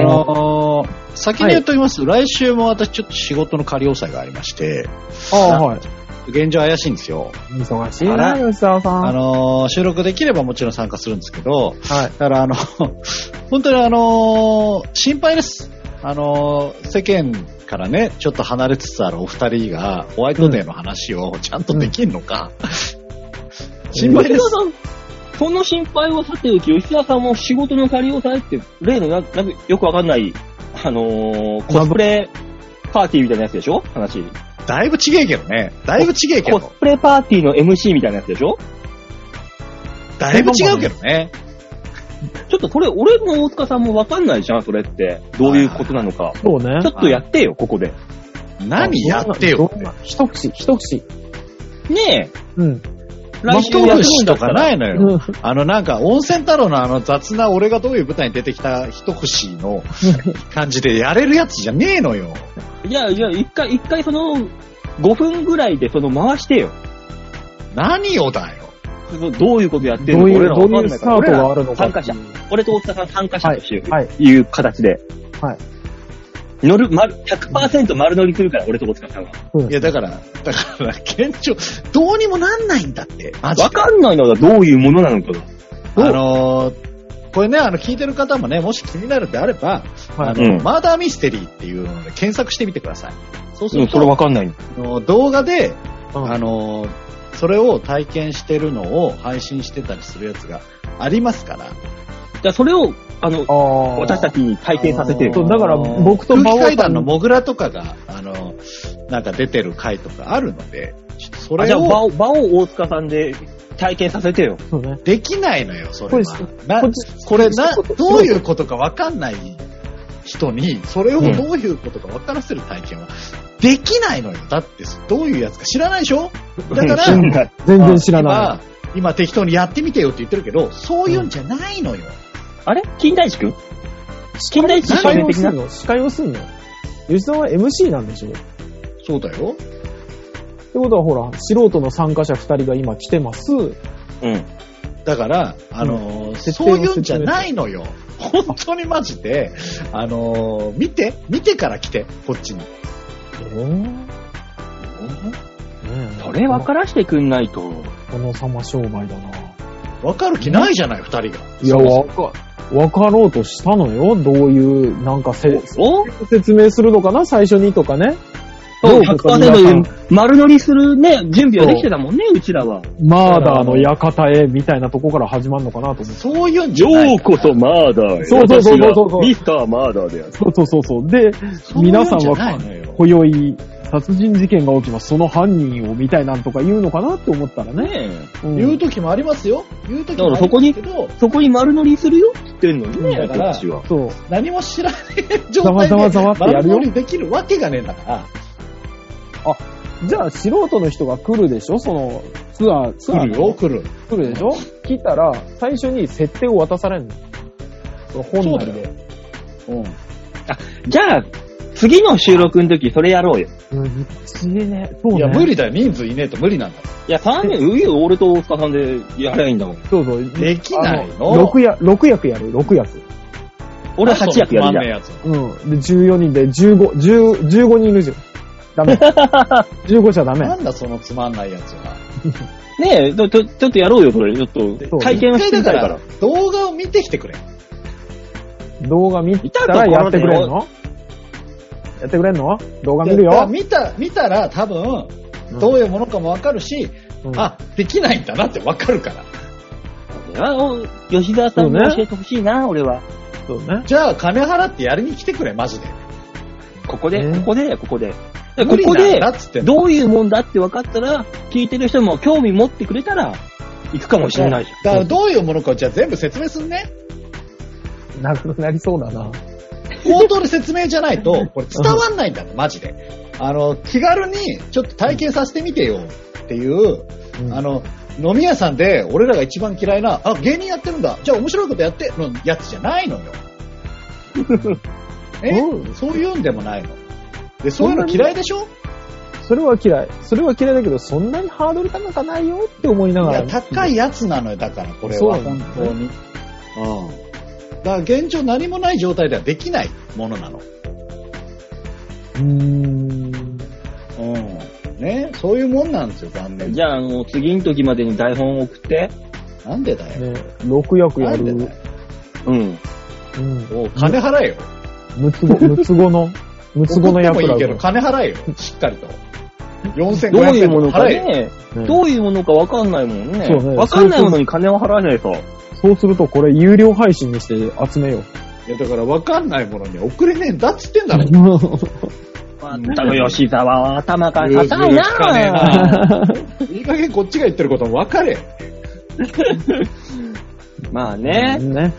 S4: のー、先に言っておきます。来週も私ちょっと仕事の仮押さえがありまして、
S3: ああ、はい。
S4: 現状怪しいんですよ。
S3: 忙しい
S4: あ
S3: な、
S4: ら
S3: 吉沢さん。
S4: あのー、収録できればもちろん参加するんですけど、
S3: はい。
S4: だからあの、本当にあのー心配です。あのー世間からね、ちょっと離れつつあるお二人が、ホワイトデーの話をちゃんとできんのか、心配です。
S2: そうその心配をさておき、吉沢さんも仕事の借りをされて、例のななんかよくわかんない、あのー、コスプレパーティーみたいなやつでしょ話。
S4: だいぶちげえけどね。だいぶちげえけ
S2: コス
S4: ど。
S2: プレパーティーの MC みたいなやつでしょ
S4: だいぶ違うけどね。
S2: ちょっとこれ、俺も大塚さんもわかんないじゃん、それって。どういうことなのか。
S3: そうね
S2: ちょ。っとやってよ、ここで。
S4: 何やってよって。
S5: 一口、一口。
S2: ねえ。
S3: うん。
S2: 来週
S4: 一
S2: 休むん
S4: 節
S2: だ
S4: と
S2: った。
S4: からないのよ。あのなんか、温泉太郎のあの雑な俺がどういう舞台に出てきた一節の感じでやれるやつじゃねえのよ。
S2: じゃあ、じゃあ、一回、一回その、5分ぐらいでその回してよ。
S4: 何をだよ。
S2: そのどういうことやってる
S3: ど
S2: の
S3: う
S2: か
S3: いう、
S2: 俺ら
S3: ど
S2: わ
S3: う
S2: か
S3: い
S2: ん
S3: う
S2: ない
S3: ス
S2: か
S3: タ
S2: ら。
S3: ート
S2: 俺ら
S3: があるのかっていう。
S2: 参俺と大塚さん参加者としていう,、
S3: はい。
S2: 形で。
S3: はい
S2: 乗る、丸、100%丸乗りするから、俺と大塚さんは。
S4: いや、だから、だから、現状、どうにもなんないんだって。マジ
S2: わ
S4: で。
S2: かんないのがどういうものなのか。
S4: あのーこれね、あの、聞いてる方もね、もし気になるんであれば、
S3: はい
S4: あの、
S2: うん
S4: マーダーミステリーっていうので検索してみてください。そうす
S2: う
S4: る
S2: ん、
S4: と、
S2: それわかんない。
S4: あの動画で、
S3: うん
S4: あの、それを体験してるのを配信してたりするやつがありますから。
S2: じゃあ、それを、あの、
S3: ああ。
S2: 私たちに体験させてよ
S3: あ。そうだから
S4: あの
S3: 僕と馬
S4: 空
S3: 王
S4: 気
S3: さん
S4: 階段のモグラとかが、あの、なんか出てる回とかあるので、ちょっとそ
S2: あじ
S4: れ
S2: ゃあ、場
S4: を
S2: を、場を大塚さんで体験させてよ。
S3: そうね。
S4: できないのよ、それは
S3: こ。
S4: な
S3: こっち
S4: これな、どういうことかわかんない人に、それをどういうことかわからせる体験は、できないのよ。だって、どういうやつか知らないでしょだから、
S3: 全然知らない。
S4: 今、今適当にやってみてよって言ってるけど、そういうんじゃないのよ。
S2: あれ金大地君金大地
S3: 司
S2: 少
S3: 会
S2: 年
S3: を
S2: 的
S3: する
S2: な。
S3: の司会をするの吉沢は MC なんでしょって
S4: そうだよ。
S3: ことはほら、素人の参加者二人が今来てます。
S2: うん。
S4: だから、あのー
S3: 設定
S4: そ
S3: を
S4: ういうんじゃないのよ。本当にマジで、あのー見て、見てから来て、こっちに。
S2: それ分からしてくんないと。
S3: 殿様商売だな。
S4: わかる気ないじゃない、二人が。
S3: いや、わか、わかろうとしたのよ。どういう、なんかせ、
S2: お
S3: 説明するのかな最初にとかね。
S2: そう、
S3: どうか皆さん
S2: 100%丸乗りするね、準備はできてたもんね、うちらは。
S3: マーダーの館へ、みたいなとこから始まるのかなと思って。
S4: そういうんじゃないから。
S2: マーダーへ
S3: そうそうそうそうそう
S2: 私はスターマーダーである。
S3: そうそうそうそう。で、
S4: そういうん
S3: 皆さん
S4: じゃない
S3: は、
S4: のよ。
S3: 今宵、殺人事件が起きます。その犯人を、みたいなんとか言うのかなって思ったらね。
S2: ねえ。
S3: うん
S4: 言う時もありますよ。言う時もあ
S2: だからそこに
S4: りますけど、
S2: そこに丸乗りするよって言ってんのにね、
S4: だから
S2: こっちは。
S3: そう。
S4: 何も知らない状
S3: ざわ
S4: 態
S3: ざわ
S4: で、
S3: ざわってやるよ
S4: 丸。々できるわけがねえんだから。
S3: じゃあ、素人の人が来るでしょその、ツアー、ツアー
S4: 来るよ、来る。
S3: 来るでしょ来たら、最初に設定を渡されるの。その本なりで。
S4: うん。
S2: じゃあ、次の収録の時、それやろうよ。
S3: うん、ちね。そうね。
S4: いや、無理だよ。人数いねえと無理なんだもん
S2: いや、3人、 ういよ、俺と大塚さんでやりゃいいんだもん。
S3: そうそう。
S4: できないの
S3: あ6役、六役やる、6役。
S2: 俺8役やるじゃん。
S4: やつ
S3: うん。で、14人で15、10 15人いるじゃん。ダ メ。15じゃダメ。
S4: なんだそのつまんないやつは。
S2: ねえ、ちょ、ちょちょっとやろうよ、それ。ちょっと、体験をしてみたいから。
S4: 動画を見てきてくれ。
S3: 動画見たらやってくれんのやってくれんの動画見る
S4: だから
S3: よ。
S4: 見た、見たら多分、
S3: うん
S4: どういうものかもわかるし、
S3: うん
S4: あ、できないんだなってわかるから。
S2: あお吉沢さんに教えてほしいな、俺は。
S3: そうね。
S4: じゃあ金払ってやりに来てくれ、マジで。
S2: ここで、
S3: ね
S2: ここで、ここで。こ
S4: 無理
S2: こ
S4: なん
S2: で
S4: だ、っつってんの
S2: どういうもんだって分かったら、聞いてる人も興味持ってくれたら、行くかもしれないじ
S4: だからどういうものかじゃあ全部説明すんね。
S3: 長くなりそうだな。
S4: 口頭で説明じゃないと、これ伝わんないんだって、マジで。あの、気軽にちょっと体験させてみてよっていう、
S3: うん
S4: あの、飲み屋さんで俺らが一番嫌いな、あ、芸人やってるんだ、じゃあ面白いことやってのやつじゃないのよ。 え、
S3: うん
S4: そういうんでもないの。で、そういうの嫌いでしょ
S3: それは嫌い。それは嫌いだけど、そんなにハードル高くないよって思いないが
S4: や、
S3: ら。
S4: 高いやつなのよ、だから、これ
S3: そう
S4: は、
S3: なん
S4: 本
S3: だね
S4: 当に。うん。だから、現状何もない状態ではできないものなの。
S3: うーん。
S4: うん。ね、そういうもんなんですよ、残
S2: ゃ
S4: 念
S2: ん。
S4: に
S2: じゃあ、あの、次の時までに台本を送って、
S4: なんでだよ。
S3: ね、6役
S4: な
S3: やる。
S4: んでだよ。
S2: うん。
S3: うん。
S4: お金払えよ。
S3: ムツゴ、ムツゴの、ムツゴの
S4: 送っても
S3: 役だ
S4: いいけど、金払えよ。しっかりと。 4500 円
S2: どういうものか
S4: 払え。
S2: ね、
S3: うん
S2: どういうものかわかんないもんね。
S3: そうね
S2: わかんないものに金を払わないと。
S3: そうすると、これ有料配信にして集めよう。
S4: いや、だから分かんないものには送れねえんだっつって んだろ。
S2: まったく吉沢は頭が
S4: 融
S2: 硬い
S4: 通つかねえ
S2: な
S4: ないい加減こっちが言ってることも分かれ。
S2: まあね、
S3: ね。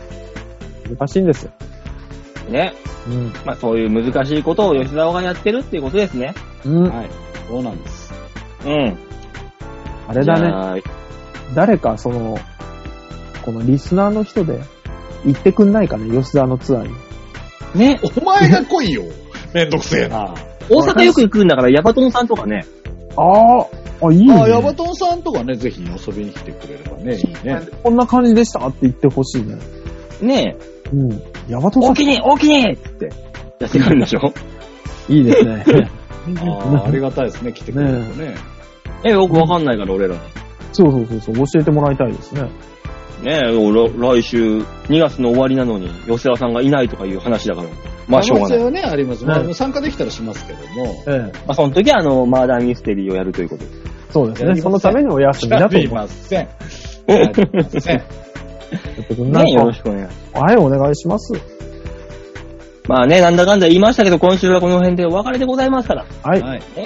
S3: 難しいんですよ。
S2: ね。
S3: うん。
S2: まあそういう難しいことを吉沢がやってるっていうことですね。
S3: うん。
S4: はい。そうなんです。
S2: うん。
S3: あれだね。
S2: ね。
S3: 誰か、その、このリスナーの人で、行ってくんないかね、吉沢のツアーに。
S2: ね。
S4: お前が来いよ。めんどくせえな。
S2: 大阪よく行くんだから、ヤバトンさんとかね。
S3: ああ、あ、いい、
S4: ああ、ヤ
S3: ね。
S4: バトンさんとかね、ぜひ遊びに来てくれればね、いいね。
S3: こんな感じでしたって言ってほしいね。
S2: ね
S3: うん。ヤバトさ
S2: 大
S3: ん。
S2: きに大きにって。やってくるんでしょ
S3: いいですね。
S4: ああ、ありがたいですね、来てくれるとね。
S2: え、よくわかんないから、俺ら。
S3: そうそうそうそう、教えてもらいたいですね。
S2: ねえ、俺来週、2月の終わりなのに、吉沢さんがいないとかいう話だから。まあ、しょうがない。
S4: 可能性はね、あります。ま
S3: う
S4: あ、参加できたらしますけども。
S3: ええ。
S2: まあ、その時は、あの、マーダーミステリーをやるということで。
S3: そうです
S4: や
S3: ね。
S4: りません
S3: そのためにお休みだと
S4: やり
S3: 思
S4: ません。やりません。
S3: ってくんな
S2: ね
S3: い
S2: よ
S3: か
S2: ろ。しくお願いします。
S3: はい、お願いします。
S2: まあね、なんだかんだ言いましたけど、今週はこの辺でお別れでございますから。
S3: はい。
S4: はい。
S2: ええ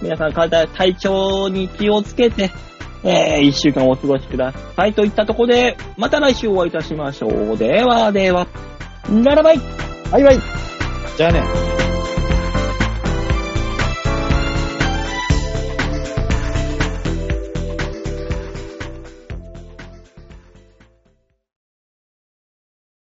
S2: 皆さん、体、体調に気をつけて、ええ一週間お過ごしくださいといったところで、また来週お会いいたしましょう。では、では、ならばい
S4: バイバイ。じゃあね。